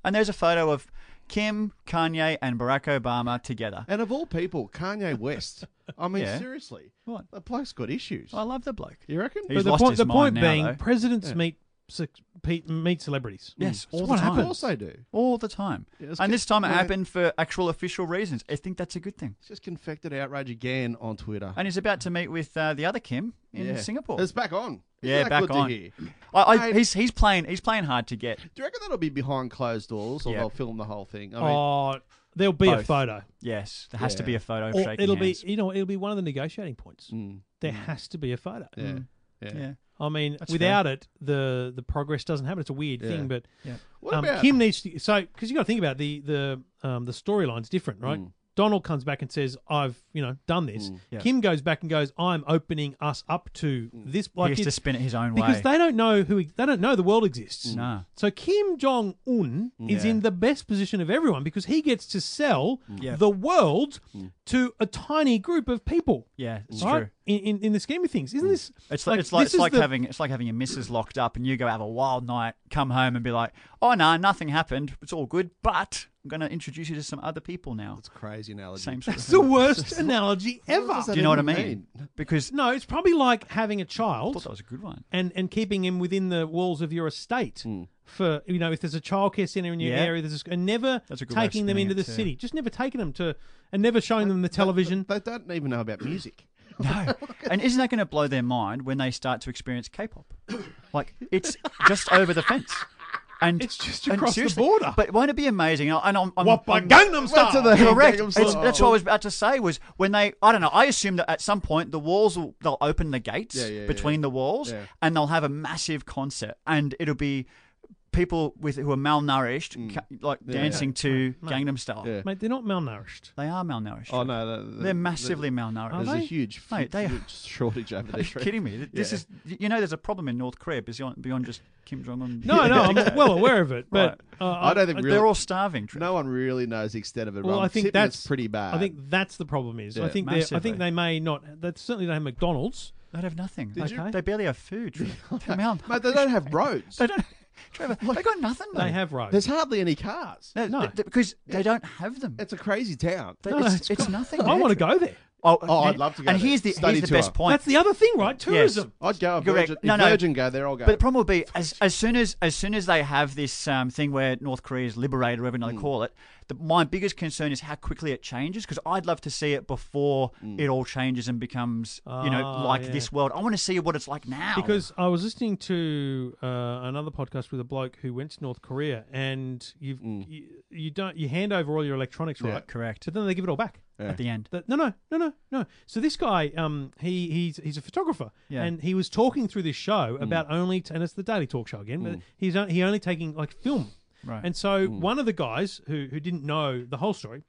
S6: And there's a photo of Kim, Kanye, and Barack Obama together.
S2: And of all people, Kanye West. I mean,
S6: Yeah.
S2: seriously,
S6: What?
S2: the bloke's got issues.
S6: I love the bloke.
S2: you reckon?
S6: He's
S3: the
S6: lost
S3: point,
S6: his
S3: the
S6: mind
S3: point
S6: now,
S3: being,
S6: though.
S3: presidents meet se- pe- meet celebrities.
S6: Yes, all
S3: That's
S6: the
S3: what
S6: time.
S2: Of
S3: happens.
S2: course they do.
S6: All the time.
S2: Yeah, let's
S6: and
S2: get-
S6: this time it
S2: yeah.
S6: happened for actual official reasons. I think that's a good thing.
S2: It's just confected outrage again on Twitter.
S6: And he's about to meet with uh, the other Kim in
S2: Yeah.
S6: Singapore.
S2: It's back on. Isn't
S6: yeah,
S2: that
S6: back
S2: good to
S6: on.
S2: hear?
S6: I, I,
S2: Mate.
S6: he's he's playing he's playing hard to get.
S2: Do you reckon that'll be behind closed doors, or
S6: Yeah.
S2: they'll film the whole thing? I mean,
S3: Oh, there'll be a
S6: Both.
S3: photo.
S6: Yes, there has to
S2: Yeah.
S6: be a photo of
S3: Or
S6: shaking
S3: it'll
S6: hands.
S3: be you know it'll be one of the negotiating points.
S2: mm,
S3: There has to be a photo.
S2: yeah, yeah.
S6: yeah.
S3: I mean,
S6: That's
S3: without it, the the progress doesn't happen. It's a weird
S2: Yeah.
S3: thing, but
S6: Yeah.
S2: What
S3: um,
S2: about
S3: Kim needs to. So because you got to think about it, the the um, the storyline's different, right?
S2: Mm.
S3: Donald comes back and says, "I've you know done this."
S6: Yeah.
S3: Kim goes back and goes, "I'm opening us up to
S2: Mm.
S3: this."
S6: he
S3: Like
S6: has to
S3: it's,
S6: spin it his own
S3: because
S6: way.
S3: they don't know who they don't know the world exists.
S2: Mm.
S6: No.
S3: So Kim Jong Un is
S6: Yeah.
S3: in the best position of everyone because he gets to sell
S2: Mm.
S6: Yeah.
S3: the world to a tiny group of people.
S6: yeah, it's
S3: right?
S6: true. Mm.
S3: In, in in the scheme of things, isn't this?
S6: It's like, it's like
S3: this
S6: it's
S3: is
S6: like
S3: the-
S6: having it's like having your missus locked up and you go have a wild night, come home and be like, oh no, nothing happened, it's all good, but I'm gonna introduce you to some other people now.
S2: That's a crazy analogy.
S6: Same sort of
S3: It's
S6: thing.
S3: the worst analogy ever.
S2: does that
S6: Do you know what I
S2: even
S6: mean? Because
S3: No, it's probably like having a
S6: I thought
S3: child
S6: that was a good one.
S3: and, and keeping him within the walls of your estate. For you know, if there's a childcare center in your
S6: Yeah.
S3: area, there's a, and never
S6: That's a good way of
S3: taking them
S6: spinning
S3: into the
S6: it too.
S3: city, just never taking them to, and never showing them the television.
S2: They don't even know about music.
S6: No. and isn't that going to blow their mind when they start to experience K-pop? Like it's just over the fence. And
S3: It's just
S6: and
S3: across the
S6: seriously,
S3: border.
S6: But won't it be amazing? And I- And I'm, I'm,
S3: What by
S6: I'm-
S3: Gangnam Style?
S2: to the-
S6: Correct.
S2: Gangnam
S6: It's-
S2: Style.
S6: that's what I was about to say. Was when they, I don't know. I assume that at some point the walls will they'll open the gates
S2: Yeah, yeah, yeah.
S6: between the walls,
S2: Yeah.
S6: and they'll have a massive concert, and it'll be people with who are malnourished, ca- like dancing to Gangnam Style.
S2: Yeah.
S3: Mate, they're not malnourished.
S6: They are malnourished.
S2: Oh no, no, no
S6: They're massively
S2: There's
S6: malnourished.
S2: a
S3: they?
S2: huge,
S6: Mate, they-
S2: huge shortage over there.
S6: Are you kidding me? This
S2: Yeah.
S6: is you know there's a problem in North Korea beyond beyond just Kim Jong Un.
S3: No, no, I'm well aware of it, but uh,
S2: I don't think really.
S6: they're all starving. Trip.
S2: no one really knows the extent of it.
S3: Well,
S2: Ron.
S3: I think
S2: Sydney,
S3: that's
S2: it's pretty bad.
S3: I think that's the problem. Is
S2: Yeah,
S3: I think they I
S6: massively.
S3: think they may not. They certainly don't have McDonald's.
S6: they'd have nothing.
S3: Did you-
S6: They- They barely have food. Trip. They're malnourished.
S2: Mate, they don't have roads.
S6: They don't. Trevor, they got nothing.
S3: They have roads.
S2: There's hardly any cars.
S3: No.
S6: because they don't have them.
S2: It's a crazy town.
S6: They-
S3: No,
S6: it's,
S3: no, it's
S6: it's nothing.
S3: I want to
S6: to
S3: go there.
S6: Oh,
S2: Oh, I'd love to go
S6: And
S2: there.
S6: here's the
S2: Study
S6: here's the
S2: tour.
S6: best point.
S3: That's the other thing, right?
S6: Yes.
S3: Tourism.
S2: I'd go. If
S6: Correct.
S2: Virgin,
S6: No,
S2: if
S6: no.
S2: Virgin go there, I'll go.
S6: But the problem will be as, as soon as as soon as they have this um, thing where North Korea is liberated, or whatever
S2: Mm.
S6: they call it, the, my biggest concern is how quickly it changes. Because I'd love to see it before
S2: Mm.
S6: it all changes and becomes you know
S3: Ah,
S6: like
S3: yeah.
S6: this world. I want to see what it's like now.
S3: Because I was listening to uh, another podcast with a bloke who went to North Korea, and you've, you you don't you hand over all your electronics, right?
S6: correct
S3: But then they give it all back.
S6: at the end.
S3: That- no, no, no, no, no. So this guy, um, he he's he's a photographer,
S6: Yeah. Mm.
S3: and he was talking through this show about only, and it's the Daily Talk Show again. But he's on, he only taking like film,
S6: Right. Mm.
S3: And so one of the guys who who didn't know the whole story.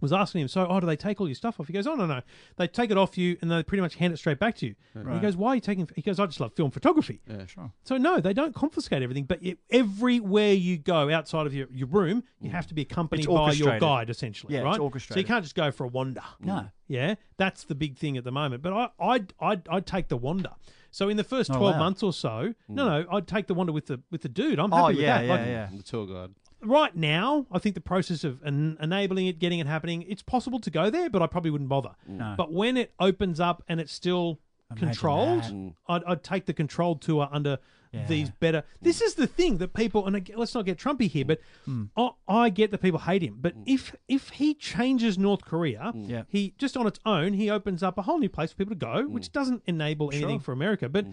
S3: Was asking him, so oh, do they take all your stuff off? He goes, oh no no, they take it off you and they pretty much hand it straight back to you. And he goes, why are you taking? He goes, I just love film photography.
S6: Sure.
S3: So no, they don't confiscate everything, but it, everywhere you go outside of your, your room, you have to be accompanied
S6: Mm. It's
S3: by your
S6: orchestrated.
S3: guide, essentially.
S6: Yeah, it's
S3: right? So you
S6: orchestrated.
S3: can't just go for a wander.
S6: No.
S3: Yeah, that's the big thing at the moment. But I, I'd, I'd, I'd take the wander. So in the first twelve
S6: allowed.
S3: months or so, no, no, I'd take the wander with the with the dude. I'm happy
S6: Oh
S3: with
S6: yeah,
S3: that.
S6: yeah,
S3: Like,
S6: yeah.
S2: the tour guide.
S3: Right now, I think the process of en- enabling it, getting it happening, it's possible to go there, but I probably wouldn't bother. But when it opens up and it's still controlled,
S6: that.
S3: I'd, I'd take the controlled tour under these better. This is the thing that people, and again, let's not get Trumpy here, but
S2: Mm.
S3: I, I get that people hate him. But if if he changes North Korea,
S6: Yeah.
S3: he just on its own, he opens up a whole new place for people to go, which doesn't enable anything for America. But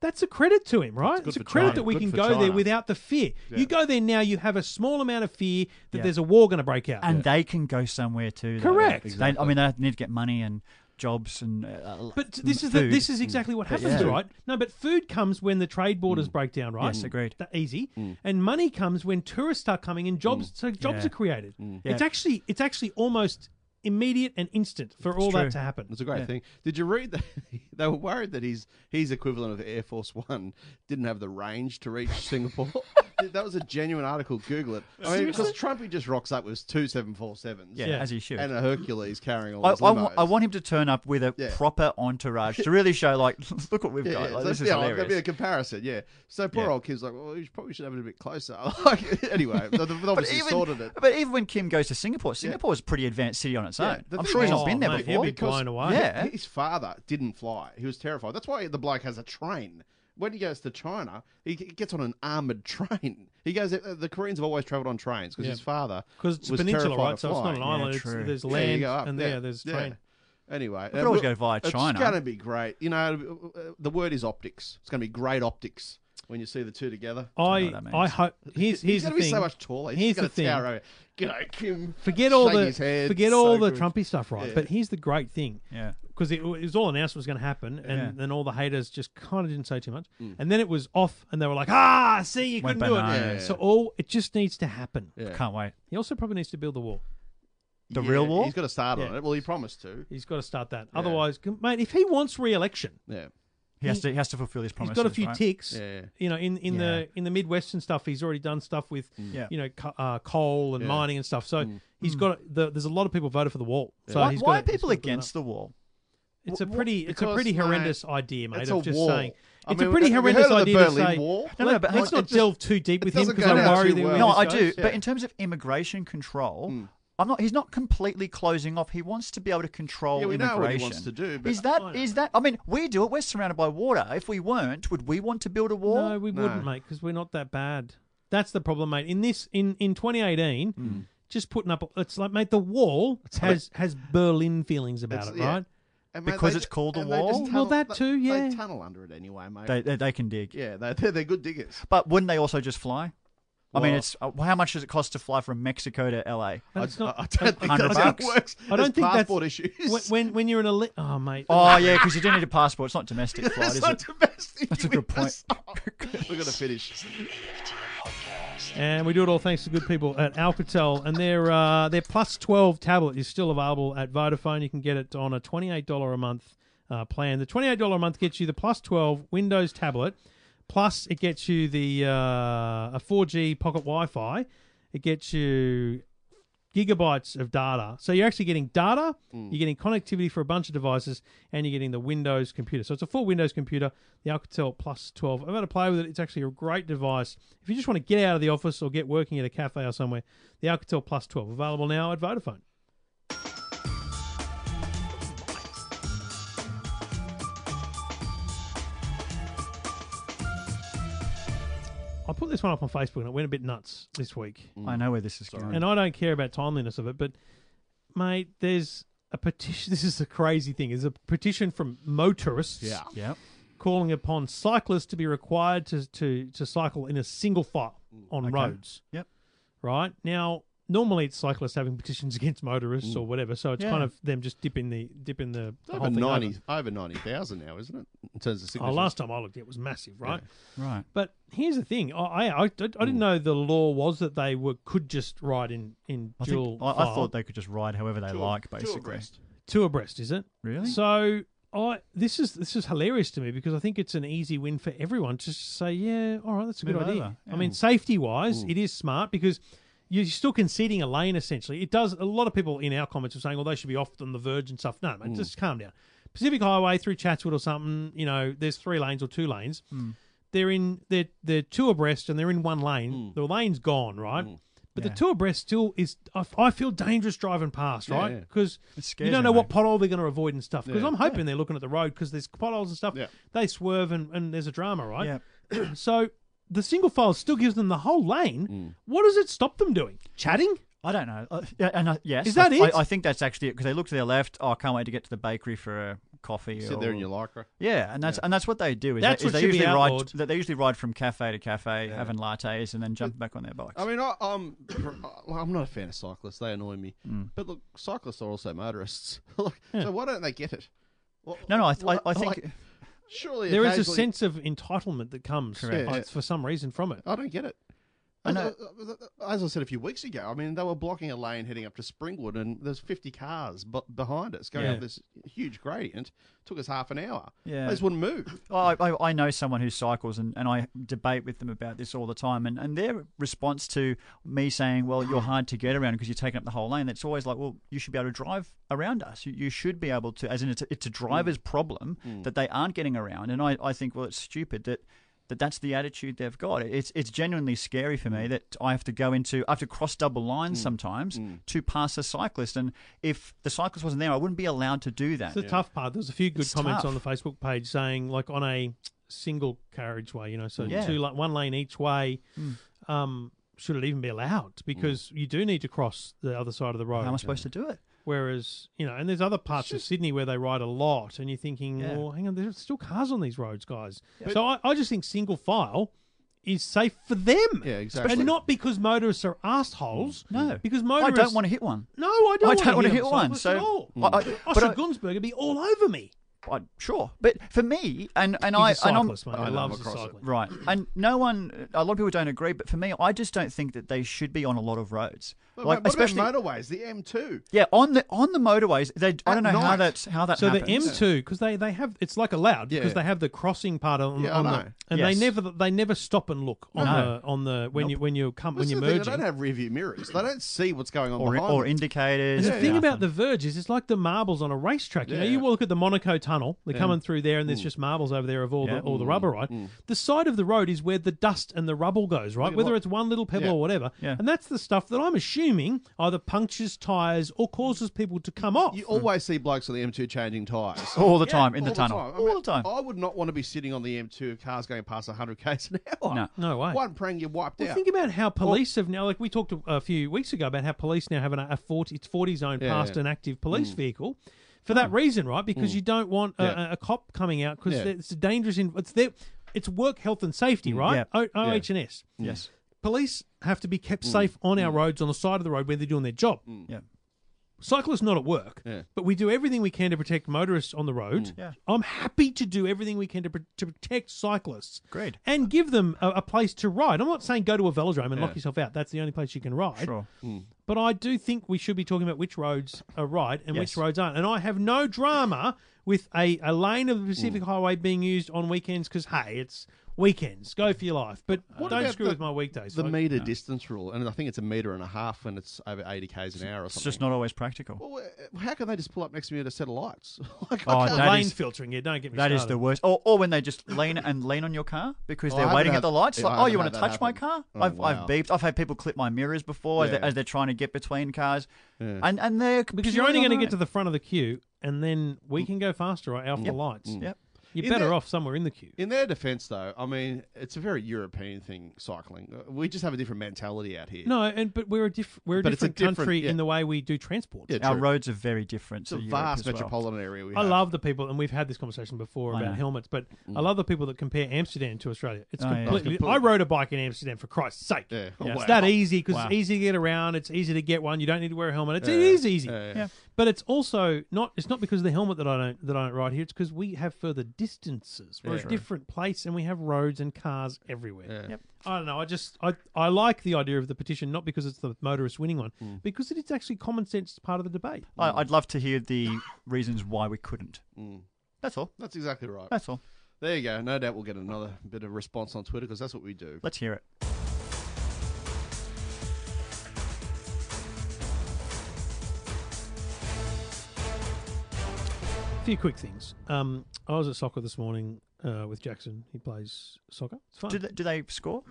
S3: that's a credit to him, right? It's a
S2: for
S3: credit
S2: China.
S3: that we
S2: Good
S3: can
S2: for
S3: go there
S2: China.
S3: with without the fear. You go there now, you have a small amount of fear that
S6: Yeah.
S3: there's a war going to break out.
S6: And they can go somewhere too. though.
S3: Correct.
S6: They, I mean, they need to get money and jobs and. Uh,
S3: But
S2: Mm,
S6: and
S3: this is the,
S6: food.
S3: this is exactly what happens,
S6: yeah.
S3: right? No, but food comes when the trade
S2: Mm.
S3: borders break down, right?
S6: Yes, agreed.
S3: That easy. And money comes when tourists start coming and
S2: Mm.
S3: jobs so jobs
S6: Yeah.
S3: are created. It's
S6: Yeah.
S3: actually it's actually almost immediate and instant for all
S6: true.
S3: that to happen.
S2: It's a great thing. Did you read that they were worried that his his equivalent of Air Force One didn't have the range to reach Singapore? that was a genuine article. Google it. I mean, because Trump he just rocks up with two seven four sevens.
S6: yeah,
S3: Yeah.
S6: as you should.
S2: And a Hercules carrying all
S6: I,
S2: his
S6: I wa-
S2: limos.
S6: I want him to turn up with a
S2: Yeah.
S6: proper entourage to really show, like, look what we've
S2: Yeah,
S6: got.
S2: yeah.
S6: Like,
S2: so,
S6: this is
S2: yeah,
S6: hilarious.
S2: That'd be a comparison, yeah. So poor
S6: Yeah.
S2: old kid's like, well, you probably should have it a bit closer. Like, anyway, they've
S6: but
S2: obviously
S6: even,
S2: sorted it.
S6: but even when Kim goes to Singapore, Singapore's a pretty advanced city on its
S2: Yeah,
S6: own.
S2: the
S6: I'm
S2: thing
S6: sure he's
S2: is-
S6: not been there
S3: Oh, mate, he'd
S6: before.
S3: be blown away.
S6: Yeah.
S2: His father didn't fly. He was terrified. That's why the bloke has a train. When he goes to China, he g- gets on an armored train. He goes. uh, The Koreans have always travelled on trains because
S3: Yeah.
S2: his father
S3: Because it's a
S2: was
S3: peninsula,
S2: terrified
S3: right?
S2: of
S3: So it's not an
S2: flying.
S3: island. it's,
S6: true.
S3: there's
S2: Yeah, you
S3: land
S2: go up,
S3: and
S2: yeah,
S3: there there's
S2: yeah.
S3: train.
S2: Anyway, we
S6: could always go via China.
S2: It's going to be great. You know, uh, the word is optics. It's going to be great optics when you see the two together.
S3: I
S6: what that means.
S3: I hope here's
S2: He's
S3: here's the
S2: going to be
S3: thing.
S2: so much taller. He's
S3: Here's
S2: going
S3: the
S2: to
S3: thing.
S2: tower over. G'day, Kim.
S3: Forget all
S2: Shake
S3: the
S2: his hand.
S3: forget
S2: So
S3: all the
S2: good.
S3: Trumpy stuff, right? But here's the great thing,
S6: Yeah.
S3: because it, was all announced was going to happen, and
S6: Yeah.
S3: then all the haters just kind of didn't say too much,
S2: Mm.
S3: and then it was off, and they were like, "Ah, see, you
S6: Went
S3: couldn't do it."
S6: bananas.
S3: So all it just needs to happen.
S2: Yeah.
S6: Can't wait.
S3: He also probably needs to build the wall.
S6: The
S2: Yeah,
S6: real war?
S2: He's got to start on
S3: Yeah.
S2: it. Well, he promised to.
S3: He's got to start that. Otherwise, mate, if he wants re-election,
S2: Yeah.
S6: He has to he has to fulfill his
S3: he's
S6: promises.
S3: got a few
S6: right?
S3: ticks.
S2: Yeah.
S3: You know, in, in the in the Midwestern stuff, he's already done stuff with
S2: Mm.
S6: Yeah. Mm.
S3: you know co- uh, coal and mining and stuff. So he's got the, there's a lot of people voted for the wall. So
S6: Why,
S3: he's
S6: why are
S3: gotta- he's
S6: people
S3: gotta build it up.
S6: against the wall?
S3: It's a pretty, it's a
S2: because,
S3: pretty
S2: mate,
S3: horrendous idea, mate.
S2: it's
S3: of
S2: a
S3: just
S2: wall.
S3: saying,
S2: I
S3: it's
S2: mean,
S3: a pretty
S2: have you
S3: horrendous
S2: heard of the
S3: idea to
S2: Berlin
S3: say.
S2: Wall?
S6: No, no,
S3: Let,
S6: but
S3: let's
S6: it
S3: not
S2: just-
S3: delve too deep
S2: it
S3: with him
S2: doesn't
S3: because
S2: go
S3: I
S2: down
S3: worry
S2: too
S3: that we're
S2: well.
S6: No,
S2: this
S6: I
S3: gonna
S6: do.
S3: discuss.
S6: But in terms of immigration control, I'm not. He's not completely closing off. He wants to be able to control
S2: Yeah, we know
S6: immigration.
S2: what he wants to do, but-
S6: is that? Is that? I mean, we do it. We're surrounded by water. If we weren't, would we want to build a wall?
S3: No, we wouldn't, mate, because we're not that bad. That's the problem, mate. In this, in in 2018,
S2: Hmm.
S3: just putting up. It's like, mate, the wall has has Berlin feelings about it,
S2: It's- yeah.
S3: right?
S2: And, mate,
S6: Because
S2: they
S6: it's
S2: ju-
S6: called a
S2: and they just
S6: wall?
S3: Well, that
S2: they-
S3: too, yeah.
S2: They tunnel under it anyway, mate.
S6: They, they, they can dig.
S2: yeah, they- they're, they're good diggers.
S6: But wouldn't they also just fly? I mean,
S2: Well-
S6: it's uh, how much does it cost to fly from Mexico to LA?
S3: And it's not.
S2: I, I don't think that's
S6: 100
S2: how it
S6: bucks.
S2: works.
S3: I
S2: There's
S3: don't think that's
S2: passport issues.
S3: when- when when you're in a li- oh mate
S6: Oh yeah, because you do need a passport. It's not domestic flight,
S2: that's
S6: is
S2: not
S6: it?
S2: domestic.
S6: That's a good point.
S2: We're going to finish.
S3: and we do it all thanks to good people at Alcatel and their uh, their plus twelve tablet is still available at Vodafone. You can get it on a twenty eight dollar a month uh, plan. The twenty eight dollar a month gets you the plus twelve Windows tablet, plus it gets you the uh, a four G pocket Wi Fi. It gets you gigabytes of data. So you're actually getting data, you're getting connectivity for a bunch of devices, and you're getting the Windows computer. So it's a full Windows computer, the Alcatel Plus 12. I've had to play with it. It's actually a great device. If you just want to get out of the office or get working at a cafe or somewhere, the Alcatel Plus 12 available now at Vodafone. I put this one up on Facebook and it went a bit nuts this week.
S6: I know where this is going.
S3: And I don't care about timeliness of it, but mate, there's a petition. This is the crazy thing: is a petition from motorists
S6: yeah,
S3: calling upon cyclists to be required to to, to cycle in a single file on roads.
S6: Mm, Yep.
S3: Right now, normally it's cyclists having petitions against motorists or whatever, so it's
S6: Mm. Yeah.
S3: kind of them just dipping the dipping the, the whole
S2: Over
S3: thing. over.
S2: ninety, over ninety thousand now, isn't it? In terms of
S3: Oh,
S2: signatures.
S3: last time I looked, it was massive, right?
S6: right.
S3: But here's the thing: I I, I, I
S6: Mm.
S3: didn't know the law was that they were could just ride in in
S6: I,
S3: dual.
S6: think, I, I
S3: file.
S6: thought they could just ride however they like,
S2: Two
S6: basically.
S2: abreast.
S3: two abreast, is it?
S6: Really?
S3: So I this is this is hilarious to me because I think it's an easy win for everyone to just say, yeah, all right, that's a good
S6: Move
S3: idea.
S6: over,
S3: I mean, safety wise, it is smart because you're still conceding a lane essentially. It does a lot of people in our comments are saying, well, they should be off on the verge and stuff. No,
S2: Mm.
S3: mate, just calm down. Pacific Highway through Chatswood or something, you know, there's three lanes or two lanes.
S2: Mm.
S3: They're in they're they're two abreast and they're in one
S2: Mm.
S3: lane. The lane's gone, right? But the two abreast still is. I, I feel dangerous driving past, right?
S2: yeah.
S3: Because
S6: It scares
S3: you don't
S6: you,
S3: know what
S6: mate.
S3: pothole they're going to avoid and stuff. Because I'm hoping they're looking at the road because there's potholes and stuff.
S2: Yeah.
S3: They swerve and, and there's a drama, right?
S6: Yeah.
S3: So the single file still gives them the whole lane.
S2: Mm.
S3: What does it stop them doing? Chatting?
S6: I don't know. Uh, yeah, and I, yes,
S3: Is that
S6: I,
S3: it?
S6: I, I think that's actually it because they look to their left. Oh, I can't wait to get to the bakery for a coffee.
S2: Sit
S6: or,
S2: there in your lycra.
S6: yeah, and that's and that's what they do. Is
S3: That's
S6: they, is
S3: what
S6: they
S3: should be
S6: usually ride.
S3: outlawed.
S6: They they usually ride from cafe to cafe, having lattes, and then jump back on their bikes.
S2: I mean, I, I'm I'm not a fan of cyclists. They annoy me.
S6: Mm.
S2: But look, cyclists are also motorists. Like, So why don't they get it? Well,
S6: no, no, I, th- I,
S2: well,
S6: I think
S2: like, surely
S3: There is a
S2: occasionally-
S3: sense of entitlement that comes
S2: Correct.
S3: uh,
S2: Yeah.
S3: for some reason from it.
S2: I don't get it.
S6: I know.
S2: As I said a few weeks ago, I mean, they were blocking a lane heading up to Springwood, and there's 50 cars b- behind us going
S3: Yeah.
S2: up this huge gradient. took us half an hour.
S6: Yeah.
S2: They just wouldn't move.
S6: Well, I, I, I know someone who cycles, and, and I debate with them about this all the time. And, and their response to me saying, "Well, you're hard to get around because you're taking up the whole lane," it's always like, "Well, you should be able to drive around us. You, you should be able to." As in, it's a, it's a driver's problem that they aren't getting around. And I, I think, well, it's stupid that. That that's the attitude they've got. It's it's genuinely scary for me that I have to go into I have to cross double lines sometimes to pass a cyclist, and if the cyclist wasn't there, I wouldn't be allowed to do that.
S3: It's the tough part. There's a few good
S6: It's
S3: comments
S6: tough.
S3: on the Facebook page saying, like, on a single carriageway, you know, so
S6: Yeah. Mm.
S3: two, like, one lane each way. Um, should it even be allowed?
S2: Mm.
S3: Because you do need to cross the other side of the road.
S6: How am I supposed to do it?
S3: Whereas, you know, and there's other parts of Sydney where they ride a lot, and you're thinking,
S6: Yeah.
S3: well, hang on, there's still cars on these roads, guys. So I, I just think single file is safe for them.
S2: Yeah, exactly.
S3: And not because motorists are assholes.
S6: Mm. No,
S3: Because
S6: I
S3: motorists.
S6: don't want to hit one.
S3: No, I don't.
S6: I don't
S3: want
S6: wanna
S3: to
S6: hit one, so-
S3: at all.
S6: Mm. I- I-
S3: I,
S6: but I-
S3: Gunsberg would be all over me.
S6: I, sure, but for me, and and
S3: He's a
S6: I and I'm
S3: cyclist, mate.
S2: I
S3: He
S2: know,
S3: loves
S2: I'm
S3: the
S2: across it.
S3: cycling.
S6: right, and no one, a lot of people don't agree, but for me, I just don't think that they should be on a lot of roads,
S2: But
S6: like
S2: what
S6: especially
S2: about motorways? The M2.
S6: yeah on the on the motorways. They I
S2: At
S6: don't know how
S2: night.
S6: that's how that
S3: So
S6: happens.
S3: the M2 because they, they have it's like allowed because
S2: Yeah.
S3: they have the crossing part on,
S2: Yeah, I
S3: on
S2: know.
S3: the and
S6: Yes.
S3: they never they never stop and look on
S6: No.
S3: the on the when you when you come
S2: This
S3: when
S2: is
S3: you're
S2: the thing,
S3: merging.
S2: they don't have rear view mirrors. They don't see what's going on
S6: or
S2: behind
S6: or
S2: them.
S6: indicators.
S3: And the
S6: and
S3: thing about
S6: nothing.
S3: the verge is it's like the marbles on a racetrack. You know,
S2: Yeah. Mm.
S3: you look at the Monaco Tunnel, they're coming through there, and there's just marbles over there of all
S6: Yeah.
S3: the all the rubber, right? The side of the road is where the dust and the rubble goes, right? Whether it's one little pebble
S2: Yeah.
S3: or whatever,
S6: Yeah.
S3: and that's the stuff that I'm assuming either punctures tires or causes people to come off.
S2: You always see blokes on the M2 changing tyres.
S6: all the time in
S2: All
S6: the tunnel,
S2: time. I
S6: all
S2: mean,
S6: the time.
S2: I would not want to be sitting on the M2 if cars going past 100 k's an hour.
S6: No.
S3: no way.
S2: One prang, you're wiped
S3: Well,
S2: out.
S3: think about how police have now, like we talked a, a few weeks ago about how police now have an, a 40, it's 40 zone
S2: Yeah,
S3: past
S2: yeah. Mm.
S3: an active police vehicle for that reason, right? Because you don't want a,
S2: Yeah.
S3: a, a cop coming out because
S2: Yeah. Mm,
S3: it's a dangerous. In, it's their, it's work, health, and safety, right?
S6: yeah.
S3: O, OH&S.
S6: yes,
S3: Police have to be kept
S2: Mm.
S3: safe on our roads, on the side of the road where they're doing their job.
S6: yeah,
S3: Cyclists not at work,
S2: Yeah.
S3: but we do everything we can to protect motorists on the road.
S6: Mm. Yeah.
S3: I'm happy to do everything we can to, pr- to protect cyclists
S6: Agreed.
S3: and give them a, a place to ride. I'm not saying go to a velodrome and lock yourself out. That's the only place you can ride.
S6: sure.
S3: But I do think we should be talking about which roads are right and
S6: Yes.
S3: which roads aren't. And I have no drama with a, a lane of the
S6: Mm.
S3: Pacific Highway being used on weekends because, hey, it's weekends. Go for your life. But don't
S2: about
S3: screw
S2: the-
S3: with my weekdays.
S2: The
S3: folks.
S2: meter distance rule, and I think it's a meter and a half when it's over 80 k's an hour or
S6: It's
S2: something.
S6: just not always practical.
S2: Well, uh, how can they just pull up next to me at a set of lights? like,
S6: Oh,
S2: I can't-
S6: that
S3: lane
S6: is-
S3: filtering, yeah, don't get me
S6: That is
S3: started.
S6: the worst. Or, or when they just lean and lean on your car because
S2: Oh, I
S6: they're
S2: haven't
S6: waiting
S2: had-
S6: at the lights.
S2: yeah,
S6: Like,
S2: I
S6: oh,
S2: haven't
S6: you want
S2: had
S6: to
S2: that
S6: touch my
S2: happen.
S6: car?
S2: Oh,
S6: I've,
S2: wow.
S6: I've beeped. I've had people clip my mirrors before as,
S2: Yeah.
S6: they, as they're trying to get between cars, and and they're
S3: Because you're only going to get to the front of the queue, and then we
S2: Mm.
S3: can go faster right out for lights.
S2: Hmm.
S6: Yep.
S3: You're
S2: In
S3: better
S2: that-
S3: off somewhere in the queue.
S2: In their defence, though, I mean, it's a very European thing, cycling. Uh, We just have a different mentality out here.
S3: No, and but we're a diff- we're a
S2: But it's a
S3: different
S2: different-
S3: country
S2: yeah.
S3: in the way we do transport.
S2: Yeah,
S6: Our
S2: true.
S6: roads are very different.
S2: It's a
S6: to Europe
S2: vast
S6: as well.
S2: metropolitan area we
S3: I
S2: have. Mm.
S3: love the people, and we've had this conversation before
S6: I
S3: about
S6: know.
S3: helmets, but I love the people that compare Amsterdam to Australia. It's
S6: Oh, yeah.
S3: completely.
S2: It's completely-
S3: I rode a bike in Amsterdam for Christ's sake.
S2: Yeah.
S3: It's
S2: Wow.
S3: that easy because
S6: Wow.
S3: it's easy to get around. It's easy to get one. You don't need to wear a helmet. It's, it is easy.
S6: Yeah.
S3: But it's also not. It's not because of the helmet that I don't that I don't ride here. It's because we have further distances. We're
S2: Yeah.
S3: a different place, and we have roads and cars everywhere.
S2: Yeah.
S6: Yep.
S3: I don't know. I just I I like the idea of the petition, not because it's the motorist winning one,
S2: Mm.
S3: because it is actually common sense part of the debate.
S6: I, I'd love to hear the reasons why we couldn't.
S2: Hmm.
S6: That's all.
S2: That's exactly right.
S6: That's all.
S2: There you go. No doubt we'll get another bit of response on Twitter because that's what we do.
S6: Let's hear it.
S3: A few quick things. Um, I was at soccer this morning uh, with Jackson. He plays soccer. It's fun.
S6: Do they, do they score?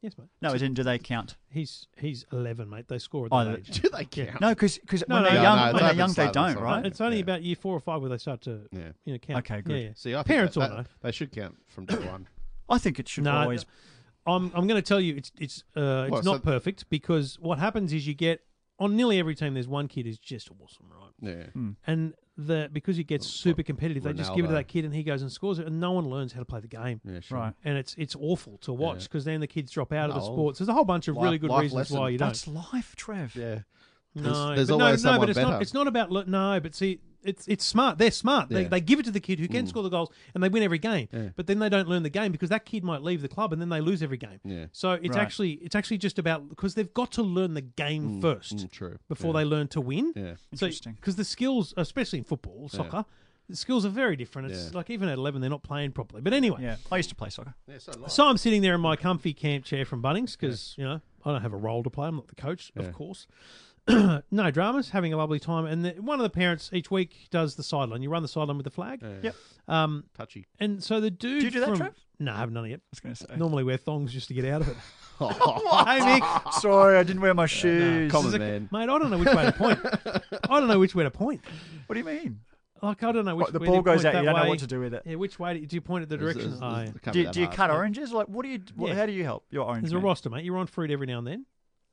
S3: yes, mate.
S6: No, as in, do they count?
S3: He's he's eleven, mate. They score at
S6: Oh,
S3: that
S6: they-
S3: age.
S2: Do they count?
S6: No, because
S3: No,
S6: when
S3: no,
S6: they're
S3: no,
S6: young,
S3: no,
S6: when
S3: they
S6: they're
S3: haven't
S6: young, they
S2: started,
S6: don't,
S2: so-
S6: right?
S3: It's only
S2: Yeah.
S3: about year four or five where they start to
S2: Yeah.
S3: you know count.
S6: Okay, good.
S3: Yeah, yeah.
S2: See, I think
S3: parents
S2: that,
S3: all
S2: that-
S3: know.
S2: They should count from day one.
S6: I think it should
S3: No,
S6: always.
S3: I'm I'm going to tell you it's it's uh, it's
S2: Well, so-
S3: not perfect because what happens is you get on nearly every team, there's one kid who's just awesome, right?
S2: Yeah.
S3: And the because it gets super competitive, they just give it to
S2: Oh, Ronaldo.
S3: that kid and he goes and scores it, and no one learns how to play the game.
S2: Yeah, sure.
S6: Right.
S3: And it's it's awful to watch because then the kids drop out of the
S2: No.
S3: sports. There's a whole bunch of really
S2: Life-
S3: good
S2: life
S3: reasons
S2: lesson.
S3: why you don't.
S6: That's life, Trev.
S2: Yeah.
S3: No,
S2: there's
S3: but no,
S2: always
S3: no,
S2: someone
S3: but it's
S2: better.
S3: not. It's not about look, no, but see, it's it's smart. They're smart. They,
S2: Yeah. Mm.
S3: they give it to the kid who can score the goals, and they win every game. But then they don't learn the game because that kid might leave the club, and then they lose every game.
S2: Yeah.
S3: So it's
S6: Right.
S3: actually it's actually just about because they've got to learn the game first
S2: Mm, true.
S3: before they learn to win.
S2: Yeah.
S6: Interesting.
S3: Because the skills, especially in football, soccer, the skills are very different. It's
S2: Yeah.
S3: like even at eleven, they're not playing properly. But anyway,
S6: Yeah. I used to play soccer.
S2: Yeah, so nice.
S3: so I'm sitting there in my comfy camp chair from Bunnings because you know I don't have a role to play. I'm not the coach, of course. no dramas, having a lovely time. And the, one of the parents each week does the sideline. You run the sideline with the flag.
S6: Yep.
S3: Um,
S2: Touchy.
S3: and so the dude.
S6: Do you do that,
S3: from-
S6: Trev?
S3: No, I haven't done it yet.
S6: I was going to say.
S3: Normally wear thongs just to get out of it.
S6: hey, Mick. Sorry, I didn't wear my shoes.
S2: Common
S3: This is a-
S2: man.
S3: mate. I don't know which way to point. I don't know which way to point.
S6: What do you mean?
S3: Like I don't know which
S6: What, the
S3: way
S6: ball
S3: to
S6: goes
S3: point
S6: out.
S3: that
S6: You don't know
S3: way.
S6: what to do with it.
S3: Yeah, which way do you, do you point at the direction?
S2: It's- it's-
S3: Oh, yeah.
S2: it can't be
S6: Do,
S2: that
S6: do you
S2: hard.
S6: cut oranges? Like, what do you? What,
S3: Yeah.
S6: How do you help your orange?
S3: There's a
S6: man?
S3: roster, mate. You run fruit every now and then.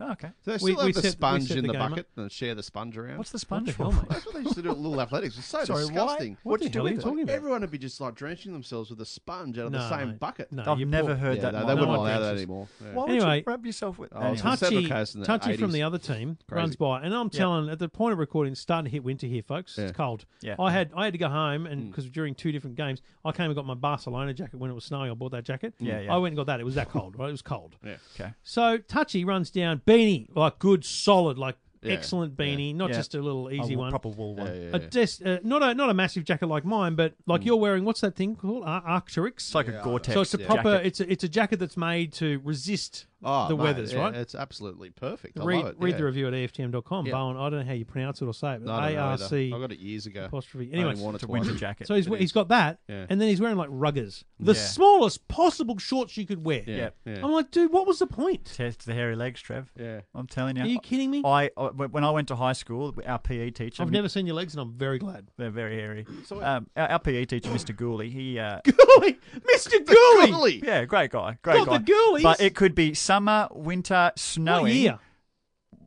S6: Oh, okay.
S2: Do they
S3: We-
S2: still
S3: we
S2: have the
S3: set- we
S2: sponge
S3: set
S2: in
S3: the
S2: the
S3: game up.
S2: bucket and share the sponge around?
S6: What's the
S3: What the
S6: sponge
S3: hell,
S6: for?
S3: mate?
S2: That's what they used to do at Little Athletics. It's so
S6: Sorry,
S2: disgusting.
S6: why? What do
S3: the
S6: you do
S3: hell are you
S6: with it?
S3: talking about?
S2: Everyone would be just like drenching themselves with a sponge out of the
S3: No,
S2: same
S3: mate.
S2: bucket.
S3: No,
S6: I've
S3: you
S6: never
S3: poor-
S6: heard
S2: Yeah,
S6: that.
S2: they,
S6: in
S2: they
S6: my
S2: wouldn't
S3: one
S6: life.
S2: allow that
S3: drenches.
S2: anymore. Yeah.
S6: Why would
S3: Anyway.
S6: you rub yourself with?
S2: Oh, it's
S6: anyway.
S2: hard- Several
S3: Touchy,
S2: cases in the
S3: touchy from
S2: 80s.
S3: the other team
S2: Crazy.
S3: runs by, and I'm telling at the point of recording, it's starting to hit winter here, folks.
S2: Yeah. Mm.
S3: It's cold.
S6: Yeah.
S3: I had I had to go home, and because during two different games, I came and got my Barcelona jacket when it was snowing. I bought that jacket.
S6: Yeah, yeah.
S3: I went and got that. It was that cold. Right, it was cold.
S2: Yeah.
S6: Okay.
S3: So touchy runs down beanie, like good, solid, like
S2: Yeah.
S3: excellent beanie, not
S6: Yeah.
S3: just a little
S6: A
S3: easy
S6: wool-
S3: one.
S6: Oh, Proper wool one.
S2: Yeah, yeah, Mm.
S3: A
S2: yeah.
S3: des- uh, not a not a massive jacket like mine, but like you're wearing. What's that thing called? Ar- Arcturix.
S6: It's like a Gore-Tex.
S3: so it's a proper.
S6: jacket.
S3: It's a, it's a jacket that's made to resist
S2: Oh,
S3: the
S2: mate,
S3: weathers,
S2: yeah,
S3: right?
S2: It's absolutely perfect. I
S3: read,
S2: love it.
S3: read
S2: yeah.
S3: the review at EFTM.com.
S2: Yeah.
S3: Bowen, I don't know how you pronounce it or say it,
S2: No,
S3: but
S2: I don't know either. I
S3: ARC
S2: got it years ago.
S3: apostrophe.
S2: I only
S3: Anyway,
S2: worn it
S6: It's a
S2: twice.
S6: winter jacket.
S3: so he's, he's got that,
S2: Yeah.
S3: and then he's wearing like ruggers, the
S6: Yeah.
S3: smallest possible shorts you could wear.
S2: Yeah. Yeah.
S3: I'm like, dude, what was the point?
S6: test the hairy legs, Trev.
S2: Yeah.
S6: I'm telling you.
S3: Are you kidding me?
S6: I, I when I went to high school, our PE teacher.
S3: I've never seen your legs, and I'm very glad.
S6: They're very hairy. um, our, our PE teacher, Mr. Gooley, he uh,
S3: Gooley, Mr. Gooley.
S2: Golly!
S6: yeah, great guy, great
S3: Not the
S6: guy.
S3: Ghoulies.
S6: But it could be summer, winter,
S3: What
S6: snowing.
S3: year?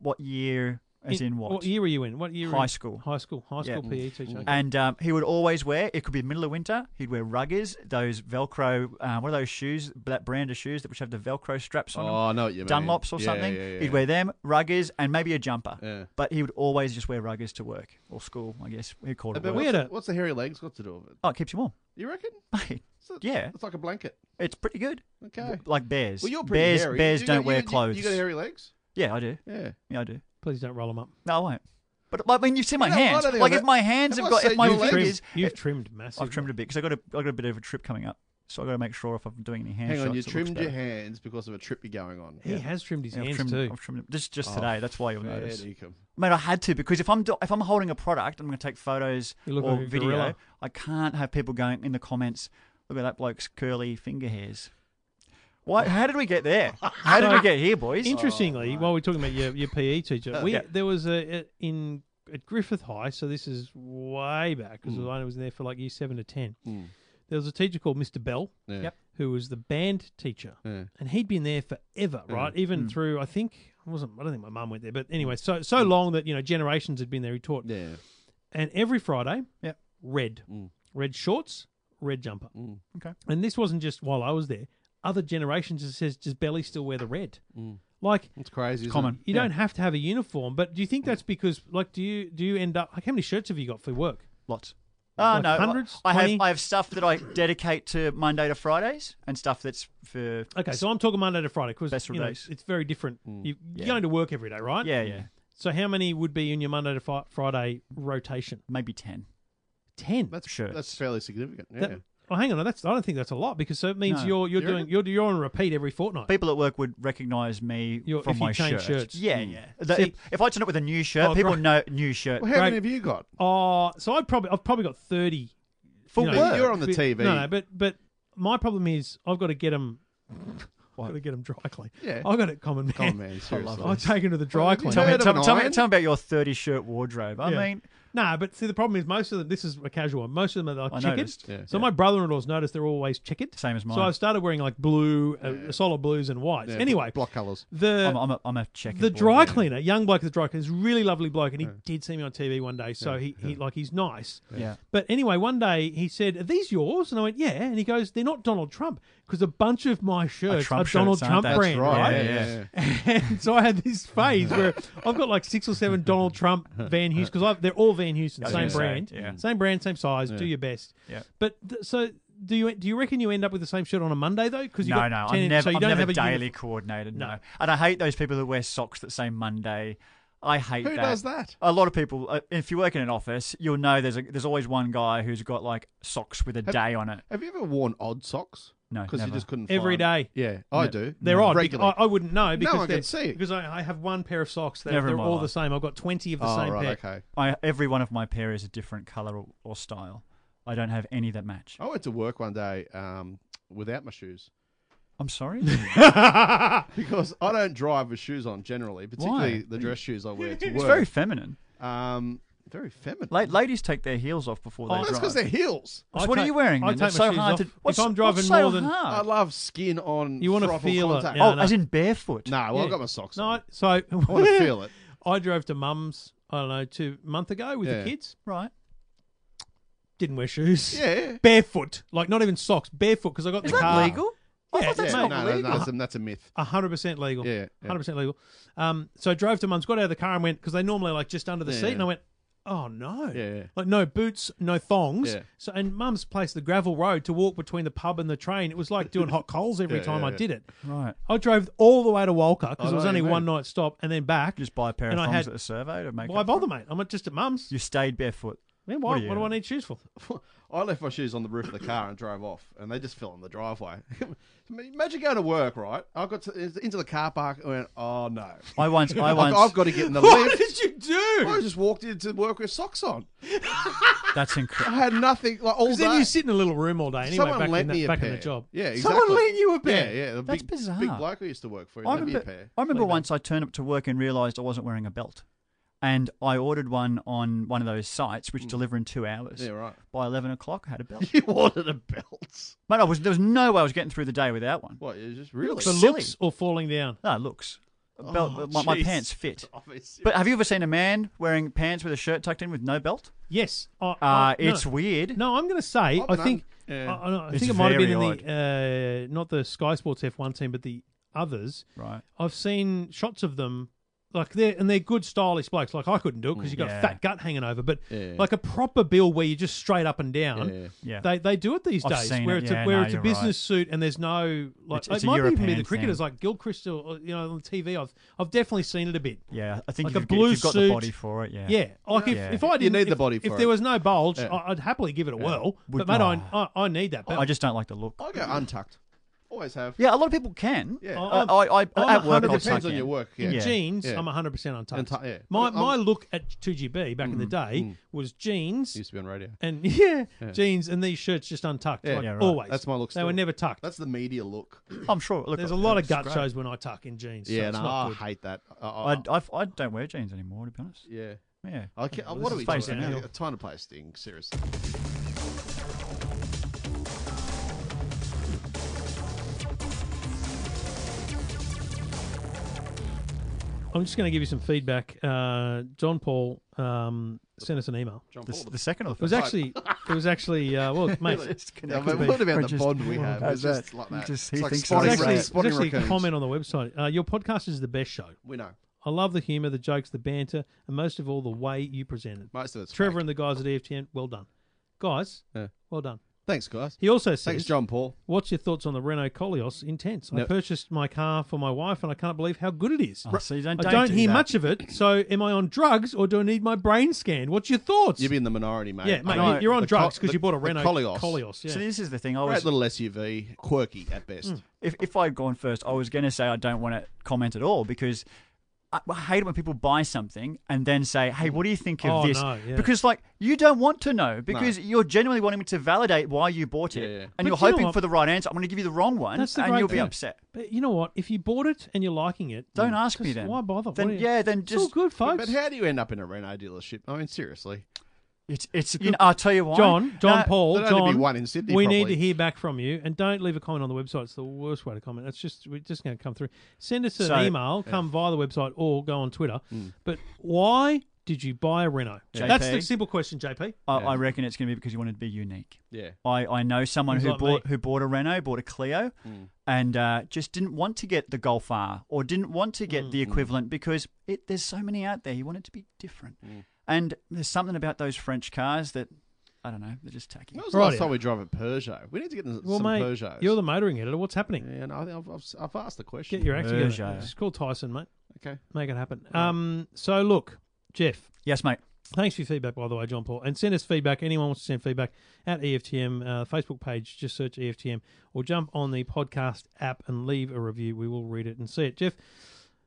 S6: What year? As in, what?
S3: What year were you in? What year? were
S6: High
S3: you-
S6: school.
S3: High school. High
S6: Yeah.
S3: school E PE teacher.
S6: And um, he would always wear. It could be middle of winter. He'd wear ruggers, those Velcro. Uh, what are those shoes? That brand of shoes that which have the Velcro straps on
S2: Oh, I know what you mean.
S6: them. Dunlops or
S2: Yeah,
S6: something.
S2: yeah, yeah.
S6: He'd wear them, ruggers, and maybe a jumper.
S2: Yeah.
S6: But he would always just wear ruggers to work or school. I guess he called it.
S2: But
S6: work.
S3: we
S2: what's,
S3: had a-
S2: what's the hairy legs got to do with it?
S6: Oh, it keeps you warm.
S2: You reckon?
S6: Mate,
S2: It's a-
S6: Yeah.
S2: It's like a blanket.
S6: it's pretty good.
S2: Okay.
S6: Like bears.
S2: Well, you're pretty
S6: bears.
S2: hairy.
S6: Bears
S2: You
S6: don't
S2: got-
S6: wear
S2: you- you-
S6: clothes.
S2: You got hairy legs?
S6: Yeah, I do.
S2: Yeah.
S6: Yeah, I do.
S3: Please don't roll them up.
S6: No, I won't. But I mean, you've seen my
S2: No, I
S6: hands.
S2: don't think
S6: Like
S2: I've-
S6: if my hands
S2: have
S6: have
S2: I
S6: got, if
S2: seen
S6: my
S2: your legs?
S6: fingers,
S3: You've trimmed massive.
S6: I've trimmed a bit because I got a, I got a bit of a trip coming up, so I got to make sure if I'm doing any hand
S2: Hang on,
S6: shots,
S2: you
S6: it looks
S2: trimmed your
S6: better.
S2: hands because of a trip you're going on.
S3: He has trimmed his
S6: Yeah, I've
S3: hands
S6: trimmed,
S3: too.
S6: I've trimmed them. Just just today. That's why you'll
S2: Oh, Fair
S6: notice.
S2: dinkum.
S6: Mate, I had to because if I'm do- if I'm holding a product, I'm going to take photos
S3: You look
S6: or
S3: like a
S6: video.
S3: gorilla.
S6: I can't have people going in the comments. Look at that bloke's curly finger hairs. Why? How did we get there? How did we get here, boys?
S2: Oh,
S3: Interestingly, while we're talking about your, your PE teacher, we
S6: Yeah.
S3: there was a, a- in at Griffith High, so this is way back because
S2: Mm.
S3: I was there for like year seven to ten. There was a teacher called Mr. Bell,
S2: Yeah.
S6: Yep.
S3: who was the band teacher,
S2: Yeah. Mm.
S3: and he'd been there forever, right? Even through I think I wasn't I don't think my mum went there, but anyway, so so long that you know generations had been there. He taught,
S2: Mm. Yeah. Mm.
S3: and every Friday,
S6: Yep.
S3: red, red shorts, red jumper.
S6: Okay.
S3: And this wasn't just while I was there. Other generations just says does Belly still wear the red?
S2: Mm.
S3: Like
S2: It's crazy. It's
S6: common.
S3: you
S6: Yeah.
S3: don't have to have a uniform, but do you think that's because like do you do you end up like how many shirts have you got for work?
S6: Lots. Oh
S3: Like
S6: no, I-
S3: hundreds?
S6: I, have
S3: Twenty?
S6: I have stuff that I dedicate to Monday to Fridays and stuff that's for
S3: Okay, so I'm talking Monday to Friday because
S6: Best
S3: you know,
S6: days. Mm,
S3: it's very different. You, are going to work every day, right?
S6: yeah yeah
S3: So how many would be in your Monday to fri- Friday rotation?
S6: maybe ten.
S3: Ten.
S2: That's
S6: Shirts.
S2: That's fairly significant. Yeah.
S3: That- Oh, hang on, that's I don't think that's a lot because so it means
S6: No.
S3: you're you're
S2: You
S3: doing you're you're on repeat every fortnight.
S6: People at work would recognise me
S3: Your-
S6: from
S3: if you
S6: my
S3: change
S6: shirt.
S3: shirts. Hmm.
S6: Yeah yeah. The-
S3: See-
S6: if, if I turn up with a new shirt,
S3: Oh,
S6: people
S3: great.
S6: know new shirt.
S2: Well, how many
S3: Right.
S2: have you got?
S3: Oh, so I probably I've probably got thirty. For
S2: Well, You're on the TV.
S3: No, no, but but my problem is I've got to get them. I've got to get them dry clean.
S2: Yeah.
S3: I've got it common man.
S2: Come on, man. Seriously.
S3: Oh, I'll take him to the dry
S2: have you
S3: clean.
S6: Tell me,
S2: Heard of
S6: tell,
S2: an
S6: tell me,
S2: iron?
S6: tell me about your 30 shirt wardrobe. I
S3: Yeah.
S6: mean,
S3: No, but see, the problem is most of them. This is a casual one. Most of them are like
S6: I
S3: checkered.
S6: noticed.
S2: Yeah.
S3: so my brother-in-law's noticed they're always checkered.
S6: Same as mine.
S3: So I've started wearing like blue, uh, solid blues and whites.
S2: Yeah,
S3: anyway,
S2: block colours.
S3: the
S6: I'm, I'm, a, I'm a checker.
S3: the dry cleaner, young bloke at the dry cleaner, is a really lovely bloke, and he did see me on TV one day. So he, he like he's nice.
S6: Yeah.
S3: But anyway, one day he said, "Are these yours?" And I went, "Yeah." And he goes, "They're not Donald Trump because a bunch of my shirts are,
S6: Trump
S3: Donald
S6: shirts, aren't
S3: Trump
S6: they?" That's
S3: brand,
S6: right,
S3: right?"
S6: yeah,
S3: And so I had this phase where I've got like six or seven Donald Trump Van Heusen because they're all Van Heusen,
S6: was
S3: same
S6: gonna say,
S3: brand,
S6: yeah.
S3: same brand, same size. Do your best.
S6: Yeah.
S3: But th- so do you? Do you reckon you end up with the same shirt on a Monday though? Because
S6: No, no,
S3: so
S6: I'm
S3: you
S6: never,
S3: don't
S6: I'm never
S3: have a
S6: daily
S3: uniform.
S6: coordinated. No.
S3: No.
S6: and I hate those people that wear socks that say Monday. I hate
S2: Who
S6: that.
S2: does that?
S6: A lot of people. Uh, if you work in an office, you'll know there's a, there's always one guy who's got like socks with a day on it.
S2: Have you ever worn odd socks?
S6: No,
S2: because you
S6: never.
S2: just couldn't.
S3: Every
S2: Every day.
S3: day.
S2: Yeah, I do.
S3: They're odd. bec-
S2: regularly.
S3: I, I wouldn't know because
S2: one
S3: they're-
S2: can see it.
S3: because I, I have one pair of socks. They're,
S6: Never in
S3: they're
S6: my
S3: all
S6: life.
S3: the same. I've got twenty of the
S2: oh
S3: same
S2: right,
S3: pair.
S2: okay.
S6: I, every one of my pair is a different color or, or style. I don't have any that match.
S2: I went to work one day um, without my shoes
S6: I'm sorry.
S2: because I don't drive with shoes on generally, particularly
S6: Why?
S2: the dress shoes I wear to
S6: it's
S2: work.
S6: very feminine.
S2: um, very feminine.
S6: La- ladies take their heels off before they
S3: Oh,
S2: Well, that's
S6: drive.
S2: because they're heels.
S3: I
S6: So what are
S3: take-
S6: you wearing?
S3: I
S6: then?
S3: take
S6: It's
S3: my
S6: so
S3: shoes
S6: hard
S3: off.
S6: to.
S3: If
S6: What's,
S3: I'm driving
S6: what's so
S3: more than-
S2: I
S6: hard?
S2: love skin on.
S3: You wanna
S2: want to
S3: feel it,
S2: contact.
S3: yeah.
S6: oh,
S3: no.
S6: as in barefoot.
S2: No, well,
S3: Yeah.
S2: I've got my socks.
S3: No,
S2: on.
S3: I- so I
S2: want to feel it.
S3: I drove to mum's. I don't know, two month ago with
S2: Yeah.
S3: the kids.
S6: Right.
S3: Didn't wear shoes.
S2: Yeah.
S3: Barefoot, like not even socks. Barefoot because I got in
S6: Is
S3: the
S6: that
S3: car.
S6: legal? I
S3: Yeah,
S6: thought that's
S2: yeah,
S6: not
S2: no, no,
S6: legal.
S2: no, that's, a, that's a myth.
S3: hundred percent legal.
S2: Yeah, yeah.
S3: hundred percent legal. Um, so I drove to mum's, got out of the car and went because they normally like just under the
S2: Yeah.
S3: seat, and I went, oh no,
S2: Yeah, yeah.
S3: like no boots, no thongs.
S2: Yeah.
S3: So and mum's place, the gravel road to walk between the pub and the train, it was like doing hot coals every
S2: Yeah,
S3: time
S2: yeah,
S3: I
S2: yeah.
S3: did it.
S6: Right.
S3: I drove all the way to Walker because
S2: I
S3: it was
S2: know what
S3: only
S2: you
S3: one
S2: mean.
S3: night stop and then back.
S6: Just buy a pair
S3: and
S6: of
S3: I
S6: thongs
S3: had,
S6: at the survey to make.
S3: Why
S6: up
S3: bother,
S6: for it.
S3: mate? I'm not just at mum's.
S6: You stayed barefoot.
S3: Man, why,
S6: What are
S3: what,
S6: you-
S3: do I need shoes for?
S2: I left my shoes on the roof of the car and drove off, and they just fell on the driveway. Imagine going to work, right? I got to, into the car park and went, oh no.
S6: I once. I
S2: I've,
S6: once.
S2: I've got to get in the
S3: What
S2: lift.
S3: did you
S2: I
S3: do?
S2: just walked into work with socks on.
S6: That's
S2: I
S6: incredible.
S2: had nothing like all
S3: Because
S2: day.
S3: then you sit in a little room all day anyway.
S2: Someone
S3: back
S2: lent
S3: in that,
S2: me a
S3: back
S2: pair.
S3: in the job.
S2: Yeah, exactly.
S3: Someone lent you a pair.
S2: Yeah, yeah. The
S6: That's
S2: big,
S6: bizarre.
S2: Big bloke who used to work for you.
S6: I
S2: lent me a
S6: remember,
S2: pair.
S6: I remember once I turned up to work and realised I wasn't wearing a belt, and I ordered one on one of those sites
S3: Hmm.
S6: which deliver in two hours.
S2: Yeah, right.
S6: By eleven o'clock, I had a belt.
S2: You ordered a belt.
S6: Mate, I was there was no way I was getting through the day without one.
S2: What? It was just really.
S3: The
S6: Silly.
S3: looks or falling down.
S6: No, Ah, it looks. A Belt,
S2: Oh,
S6: my, my
S2: jeez.
S6: pants fit.
S2: Obvious.
S6: But have you ever seen a man wearing pants with a shirt tucked in with no belt?
S3: Yes. I,
S6: Uh,
S3: I- Oh, no.
S6: it's weird.
S3: No, I'm going to
S2: I've
S3: say, I
S2: done-
S3: think,
S2: yeah.
S3: I- I, don't- I
S6: It's
S3: think it might have been in
S6: very
S3: the, uh, not the Sky Sports F1 team, but the others.
S6: Right.
S3: I've seen shots of them, like they're and they're good stylish blokes. Like I couldn't do it because you got
S6: Mm, Yeah.
S3: a fat gut hanging over, but
S2: Yeah.
S3: like a proper bill where you're just straight up and down.
S2: Yeah.
S6: Yeah.
S3: They, they do it these
S6: I've
S3: days
S6: seen
S3: where
S6: it.
S3: it's
S6: Yeah,
S3: a, where
S6: no,
S3: it's a
S6: you're
S3: business
S6: right.
S3: suit and there's no like
S6: It's- it's
S3: it
S6: a
S3: might even be
S6: European
S3: the cricketers
S6: thing.
S3: like Gilchrist or you know on TV I've I've definitely seen it a bit
S6: Yeah, I think
S3: Like
S6: if
S3: a
S6: you've, got- if
S3: blue
S6: you've got
S3: suit.
S6: the body for it. Yeah.
S3: yeah, like
S6: Yeah.
S3: if, if I
S2: You
S3: didn't
S2: need the
S3: if-
S2: body
S3: if,
S2: for it.
S3: there was no bulge
S2: Yeah.
S3: I, I'd happily give it a whirl
S6: Would-
S3: but mate I,
S6: oh.
S3: I I need that belt
S6: I just don't like the look.
S2: I go untucked. Always have.
S6: Yeah, a lot of people can.
S2: Yeah.
S6: Uh,
S3: Oh, I'm-
S6: I, I,
S3: I'm
S6: at work,
S3: a hundred
S6: I'll
S2: Depends
S6: tuck
S2: on
S6: in.
S2: your work. Yeah.
S6: Yeah.
S3: jeans
S2: Yeah.
S3: I'm 100% untouched
S2: Untu- yeah.
S3: my,
S2: I'm- Mm.
S3: my look at 2GB back in the day was jeans
S2: Used to be on radio.
S3: and yeah, jeans and these shirts just untucked like
S6: Yeah, right.
S3: always
S2: That's my look
S3: they
S2: still.
S3: were never tucked
S2: That's the media look.
S6: I'm sure. Look,
S3: there's a lot of
S6: it's
S3: gut
S6: great.
S3: shows when I tuck in jeans so
S2: Yeah,
S3: it's
S2: no,
S3: not
S2: I
S3: good.
S2: hate that. I, I,
S6: I, I, I don't wear jeans anymore, to be honest.
S2: yeah.
S6: Yeah.
S2: I can't,
S6: Well,
S2: what are
S6: this
S2: we
S6: is face
S2: talking
S6: it
S2: about?
S6: now.
S2: A time to play a sting, seriously.
S3: I'm just going to give you some feedback. Uh, John Paul um, sent us an email.
S2: John
S6: The,
S2: Paul.
S6: the second or
S3: It was
S6: the
S3: actually, it was actually, uh, well, mate, it
S2: Yeah, but what about the bond we have? It's just like that.
S6: Just, he
S2: it's like
S3: was
S6: thinks
S2: Spotty
S6: it's
S3: actually,
S2: Ray,
S3: it was
S2: Spotty
S3: actually a
S2: Raccoons.
S3: comment on the website. Uh, your podcast is the best show.
S2: We know.
S3: I love the humour, the jokes, the banter, and most of all, the way you present it.
S2: Most of it's
S3: Trevor
S2: fake.
S3: and the guys at E EFTN, well done. Guys,
S2: Yeah.
S3: well done.
S2: Thanks, guys.
S3: He also
S2: Thanks,
S3: says,
S2: John Paul.
S3: What's your thoughts on the Renault Coleos? Intense. I
S2: Yep.
S3: purchased my car for my wife, and I can't believe how good it is.
S6: Oh, so you don't-
S3: I
S6: don't
S3: don't
S6: do
S3: hear
S6: that.
S3: much of it. So, am I on drugs or do I need my brain scanned? What's your thoughts?
S2: You'd be in the minority, mate.
S3: yeah, mate,
S6: know.
S3: you- you're on
S2: The
S3: drugs
S2: Col-
S3: because
S2: the-
S3: you bought a
S2: the
S3: Renault
S2: Coleos.
S3: yeah.
S6: So this is the thing. I
S2: Great
S6: was
S2: little SUV, quirky at best.
S3: Hmm,
S6: if, if I'd gone first, I was going to say I don't want to comment at all because I, I hate it when people buy something and then say, "Hey, what do you think of
S3: Oh,
S6: this?"
S3: no, yeah.
S6: Because like you don't want to know because you're genuinely wanting me to validate why you bought it,
S2: Yeah, yeah.
S6: and
S3: But
S6: you're
S3: you know
S6: hoping
S3: what?
S6: for the right answer. I'm going to give you the wrong one,
S3: That's the
S6: and
S3: great
S6: you'll be
S3: thing.
S6: upset.
S3: But you know what? If you bought it and you're liking it,
S6: Don't ask me
S3: just
S6: then.
S3: Why bother?
S6: Then-
S3: What do you-
S6: yeah, then
S3: It's all
S6: just-
S3: good, folks.
S2: But how do you end up in a Renault dealership? I mean, seriously.
S6: It's it's. You know, I'll tell you why,
S3: John, John
S6: No,
S3: Paul,
S2: there'd only
S3: John,
S2: be one in Sydney,
S3: we need
S2: probably.
S3: to hear back from you, and don't leave a comment on the website. It's the worst way to comment. It's just we're just going to come through. Send us an
S6: So- Hmm.
S3: email, come via the website, or go on Twitter. But why did you buy a Renault?
S6: JP.
S3: That's the simple question, JP.
S6: I, I reckon it's going to be because you wanted to be unique.
S2: Yeah.
S6: I, I know someone
S3: He's
S6: who
S3: like
S6: bought
S3: me.
S6: who bought a Renault, bought a Clio, and uh, just didn't want to get the Golf R or didn't want to get the equivalent because it, there's so many out there. You want it to be different, and there's something about those French cars that I don't know. They're just tacky.
S2: When was the last
S3: Rightio.
S2: time we drove a Peugeot? We need to get into
S3: Well,
S2: some
S3: mate,
S2: Peugeots.
S3: you're the motoring editor. What's happening?
S2: Yeah, no, I think I've, I've, I've asked the question.
S3: Get your act together.
S6: Peugeot.
S3: Just call Tyson, mate.
S2: okay.
S3: Make it happen. Um. So look, Jeff.
S6: Yes, mate.
S3: Thanks for your feedback, by the way, John Paul. And send us feedback. Anyone wants to send feedback at EFTM uh, Facebook page, just search E EFTM or jump on the podcast app and leave a review. We will read it and see it. Jeff,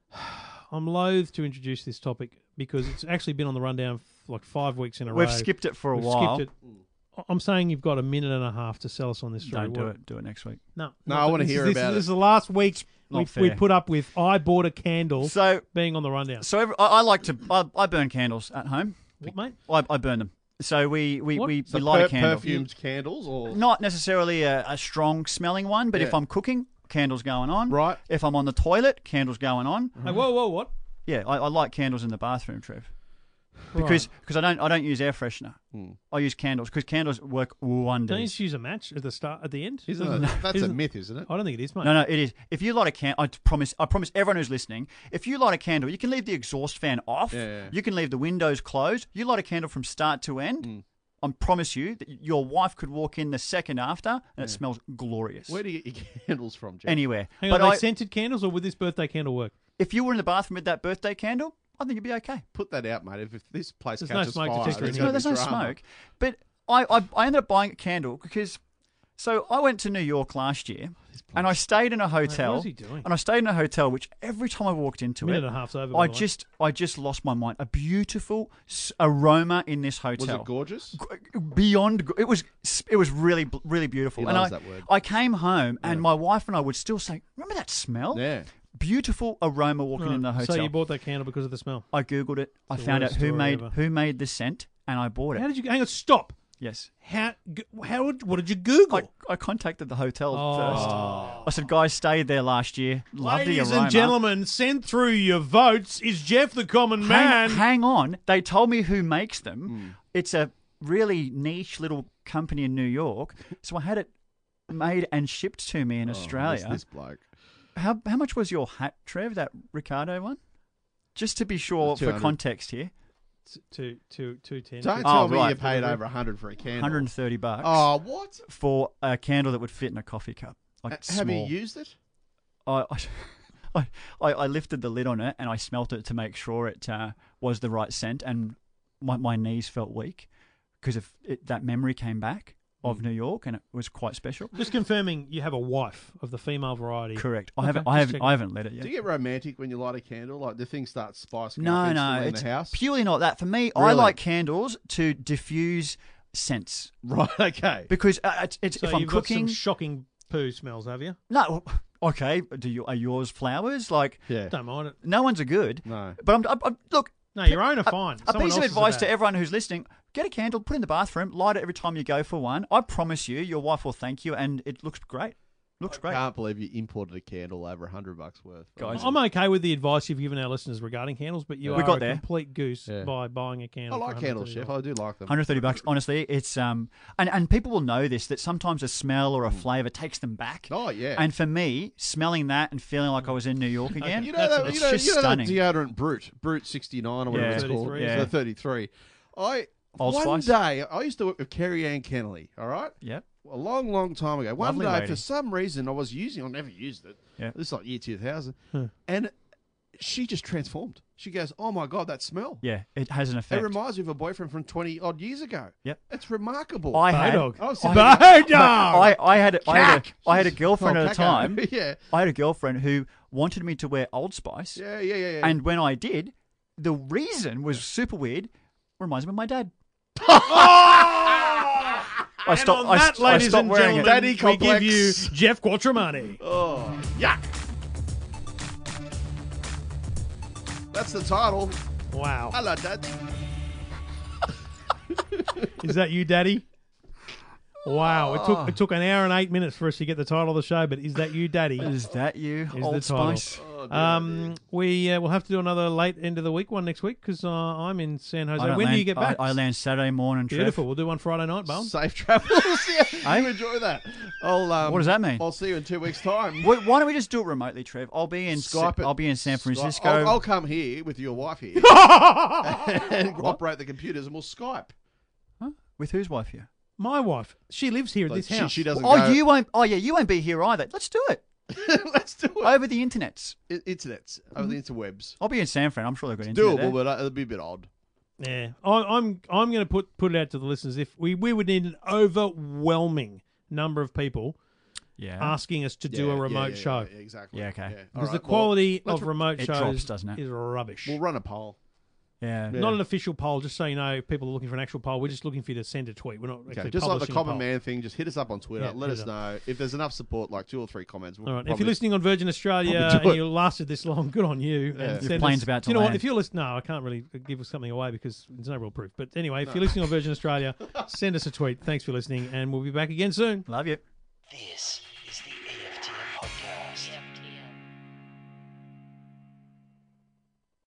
S3: I'm loath to introduce this topic because it's actually been on the rundown f- like five weeks in a row.
S6: We've skipped it for a
S3: We've
S6: while.
S3: skipped it. I- I'm saying you've got a minute and a half to sell us on this story.
S6: Don't do
S3: What-
S6: it. Do it next week.
S3: No,
S2: No,
S3: not
S2: I
S3: that-
S2: wanna
S3: this is-
S2: hear
S3: this
S2: about
S3: is,
S2: it.
S3: This is the last week
S6: not
S3: we, we
S6: fair.
S3: put up with. I bought a candle
S6: So
S3: being on the rundown.
S6: so every, I, I like to I, I burn candles at home.
S3: What, mate?
S6: I, I burn them. So we we,
S3: What?
S6: we,
S2: So
S6: we light
S2: per-
S6: a candle.
S2: Perfumed candles or
S6: not necessarily a, a strong smelling one, but if
S2: Yeah.
S6: I'm cooking, candles going on.
S2: Right.
S6: If I'm on the toilet, candles going on.
S3: Hey, whoa, whoa, what?
S6: Yeah, I, I like candles in the bathroom, Trev, because
S3: Right.
S6: because I don't I don't use air freshener.
S2: Hmm.
S6: I use candles because candles work
S3: don't you just
S6: wonders.
S3: use a match at the start at the end?
S2: Isn't
S3: Doesn't-
S2: it- that's a
S3: isn't-
S2: myth, isn't it?
S3: I don't think it is, mate.
S6: No, no, it is. If you light a candle, I t- promise. I promise everyone who's listening. If you light a candle, you can leave the exhaust fan off.
S2: Yeah, yeah.
S6: You can leave the windows closed. You light a candle from start to end.
S2: Hmm.
S6: I promise you that your wife could walk in the second after, and it smells glorious.
S2: Where do you get your candles from, Jeff?
S6: Anywhere.
S3: Hang
S6: but
S3: on,
S6: I,
S3: they scented candles, or would this birthday candle work?
S6: if you were in the bathroom with that birthday candle, I think you'd be okay.
S2: Put that out, mate. If, if this place
S3: There's no
S2: catches
S3: smoke
S2: fire,
S3: detector
S2: there's
S3: in
S6: There's
S3: here.
S2: gonna be
S6: no, there's no
S2: drama.
S6: smoke. But I, I, I ended up buying a candle because. So I went to New York last
S3: Oh,
S6: year, and I stayed in a hotel.
S3: is he doing?
S6: And I stayed in a hotel, which every time I walked into
S3: Minute
S6: it,
S3: and a half's over, by
S6: I
S3: the way.
S6: just, I just lost my mind. A beautiful s- aroma in this
S2: Was
S6: hotel
S2: it gorgeous?
S6: g- beyond g- it was it was really b- really beautiful
S2: He
S6: and
S2: loves
S6: I,
S2: that word.
S6: I came home and my wife and I would still say remember that smell
S2: Yeah.
S6: beautiful aroma walking in the
S3: Right.
S6: hotel
S3: So you bought that candle because of the smell.
S6: I googled it. I
S3: the
S6: found out
S3: worst
S6: who
S3: story
S6: made
S3: ever.
S6: who made the scent, and I bought it.
S3: How did you? Hang on, stop.
S6: yes,
S3: How? g- How? would- What did you Google?
S6: I, I contacted the hotel
S3: Oh.
S6: first. I said, "Guys, stayed there last year. Loved the
S3: Ladies
S6: aroma."
S3: and gentlemen, send through your votes. Is Jeff the common
S6: hang,
S3: man?
S6: hang on. They told me who makes
S2: Hmm.
S6: them. It's a really niche little company in New York. So I had it made and shipped to me in Australia.
S2: Who's Oh, this bloke.
S6: How how much was your hat, Trev? That Ricardo one? Just to be sure, for
S2: 200.
S6: context here,
S3: T- Two, two, two, ten.
S2: Don't
S6: Oh,
S2: tell me
S6: right.
S2: you paid over 100 for a candle.
S6: 130 bucks
S2: Oh, what?
S6: for a candle that would fit in a coffee cup. Like
S2: Uh, Have
S6: small.
S2: you used it?
S6: I, I, I, I lifted the lid on it and I smelt it to make sure it uh, was the right scent, and my, my knees felt weak because of it, that memory came back of New York, and it was quite special.
S3: Just confirming, you have a wife of the female variety.
S6: Correct. I
S3: Okay,
S6: haven't,
S3: just
S6: I haven't,
S3: checking.
S6: I haven't lit it yet.
S2: Do you get romantic when you light a candle? Like the thing starts spicing
S6: no,
S2: up
S6: no,
S2: instantly in
S6: it's
S2: the house.
S6: purely not that. For me, I
S2: Really?
S6: like candles to diffuse scents
S2: Right. Okay.
S6: because uh, it's, it's
S3: So
S6: if I'm
S3: you've
S6: cooking.
S3: got some shocking poo smells, have you?
S6: no, okay. Do you are yours flowers like?
S2: Yeah.
S3: Don't mind it.
S6: No one's are good.
S2: No.
S6: But I'm, I'm, I'm look.
S3: No, your own are fine.
S6: A
S3: Someone
S6: piece of
S3: else's are
S6: advice to
S3: bad.
S6: everyone who's listening: get a candle, put it in the bathroom, light it every time you go for one. I promise you, your wife will thank you, and it looks great. Looks
S2: I
S6: great.
S2: can't believe you imported a candle over 100 bucks worth.
S6: Guys,
S3: I'm okay with the advice you've given our listeners regarding candles, but you
S6: We
S3: are
S6: got
S3: a
S6: there.
S3: complete goose
S2: Yeah.
S3: by buying
S2: Oh,
S3: a
S2: I
S3: candle.
S2: like
S3: for
S2: candles,
S3: $130.
S2: Chef. I do like them.
S6: 130 bucks. Honestly, it's um, and and people will know this that sometimes a smell or a flavour takes them back.
S2: Mm. Oh, yeah.
S6: And for me, smelling that and feeling like I was in New York again,
S2: You know that,
S6: it's
S2: you know,
S6: just
S2: you know that
S6: stunning.
S2: deodorant Brute, Brute 69 or whatever
S6: Yeah.
S2: it's called,
S3: 33,
S2: yeah.
S6: yeah.
S2: 33. I
S6: Old
S2: one
S6: Spice?
S2: day I used to work with Kerry Ann Kennelly, all right?
S6: yeah.
S2: A long, long time ago. One
S6: Lovely
S2: day,
S6: lady.
S2: for some reason, I was using. I never used it.
S6: Yeah.
S2: This is like year 2000, and she just transformed. She goes, "Oh my god, that smell!
S6: Yeah, it has an
S2: It
S6: effect.
S2: reminds me of a boyfriend from 20 odd years ago.
S6: Yep.
S2: It's remarkable.
S6: I had,
S3: Bodog.
S2: I was
S6: I,
S3: Bodog!
S6: I, I had, I had,
S2: Cack!
S6: a, I had a
S2: She's-
S6: girlfriend
S2: oh,
S6: at a
S2: cacko.
S6: time.
S2: yeah.
S6: I had a girlfriend who wanted me to wear Old Spice.
S2: Yeah, yeah, yeah, yeah.
S6: And when I did, the reason was super weird. Reminds me of my dad. I
S3: Oh! And on
S6: stopped. I,
S3: that,
S6: st- I
S3: ladies
S6: stopped
S3: and
S6: wearing
S3: gentlemen,
S6: it.
S2: Daddy
S3: we give
S2: complex.
S3: you Jeff Quattromani.
S2: oh, yuck. That's the title.
S3: Wow.
S2: Hello, Dad.
S3: Is that you, Daddy? Wow, it took it took an hour and eight minutes for us to get the title of the show, but is that you, Daddy?
S6: Is that you,
S3: the
S6: Old
S3: title.
S6: Spice?
S2: Oh,
S3: Um, we uh, will have to do another late end of the week one next week because uh, I'm in San Jose.
S6: I
S3: When
S6: don't
S3: do you
S6: land-
S3: get back?
S6: I, I land Saturday morning. Trev.
S3: Beautiful. We'll do one Friday night,
S6: Oh.
S3: Bale.
S2: Safe travels. yeah, you enjoy that. I'll, um,
S6: Eh? What does that mean?
S2: I'll see you in two weeks' time.
S6: Why why don't we just do it remotely, Trev? I'll be in Sa-
S2: Skype it.
S6: I'll be in San
S2: Skype-
S6: Francisco.
S2: I'll, I'll come here with your wife here and operate the computers, and we'll Skype.
S6: With whose wife here?
S3: My wife, she lives here at
S2: Like,
S3: this
S2: she,
S3: house.
S2: she doesn't.
S6: Oh,
S2: go-
S6: you won't. Oh, yeah, you won't be here either. Let's do it
S2: Let's do it.
S6: over the internets.
S2: I- Internets over the interwebs.
S6: I'll be in San Fran. I'm sure they've got Mm-hmm. internet.
S2: Doable,
S6: there.
S2: but uh, it'll be a bit odd.
S3: Yeah, I, I'm I'm going to put put it out to the listeners. If we we would need an overwhelming number of people
S6: yeah.
S3: asking us to do a remote show
S2: yeah, exactly.
S6: Yeah, okay. Because
S2: All
S3: because the
S2: right, well,
S3: quality
S2: let's
S3: of
S2: re-
S3: remote
S6: It
S3: shows
S6: drops, doesn't it?
S3: is rubbish.
S2: We'll run a poll.
S6: yeah.
S3: Not an official poll, just so you know. People are looking for an actual poll. We're just looking for you to send a tweet. We're not
S2: Okay,
S3: actually
S2: just like the
S3: publishing a
S2: common
S3: poll.
S2: man thing, just hit us up on Twitter.
S3: Yeah,
S2: let
S3: hit
S2: us
S3: us
S2: know if there's enough support, like two or three comments. We'll
S3: All right. If
S2: probably-
S3: you're listening on Virgin Australia
S2: Probably do
S3: and
S2: it.
S3: you lasted this long, good on you. And
S2: Your
S3: send
S6: plane's
S3: us-
S6: about to
S3: You know what?
S6: land.
S3: If you're listening, no, I can't really give something away because there's no real proof. But anyway, if you're listening on Virgin Australia, send us a tweet. Thanks for listening, and we'll be back again soon.
S6: Love you.
S4: This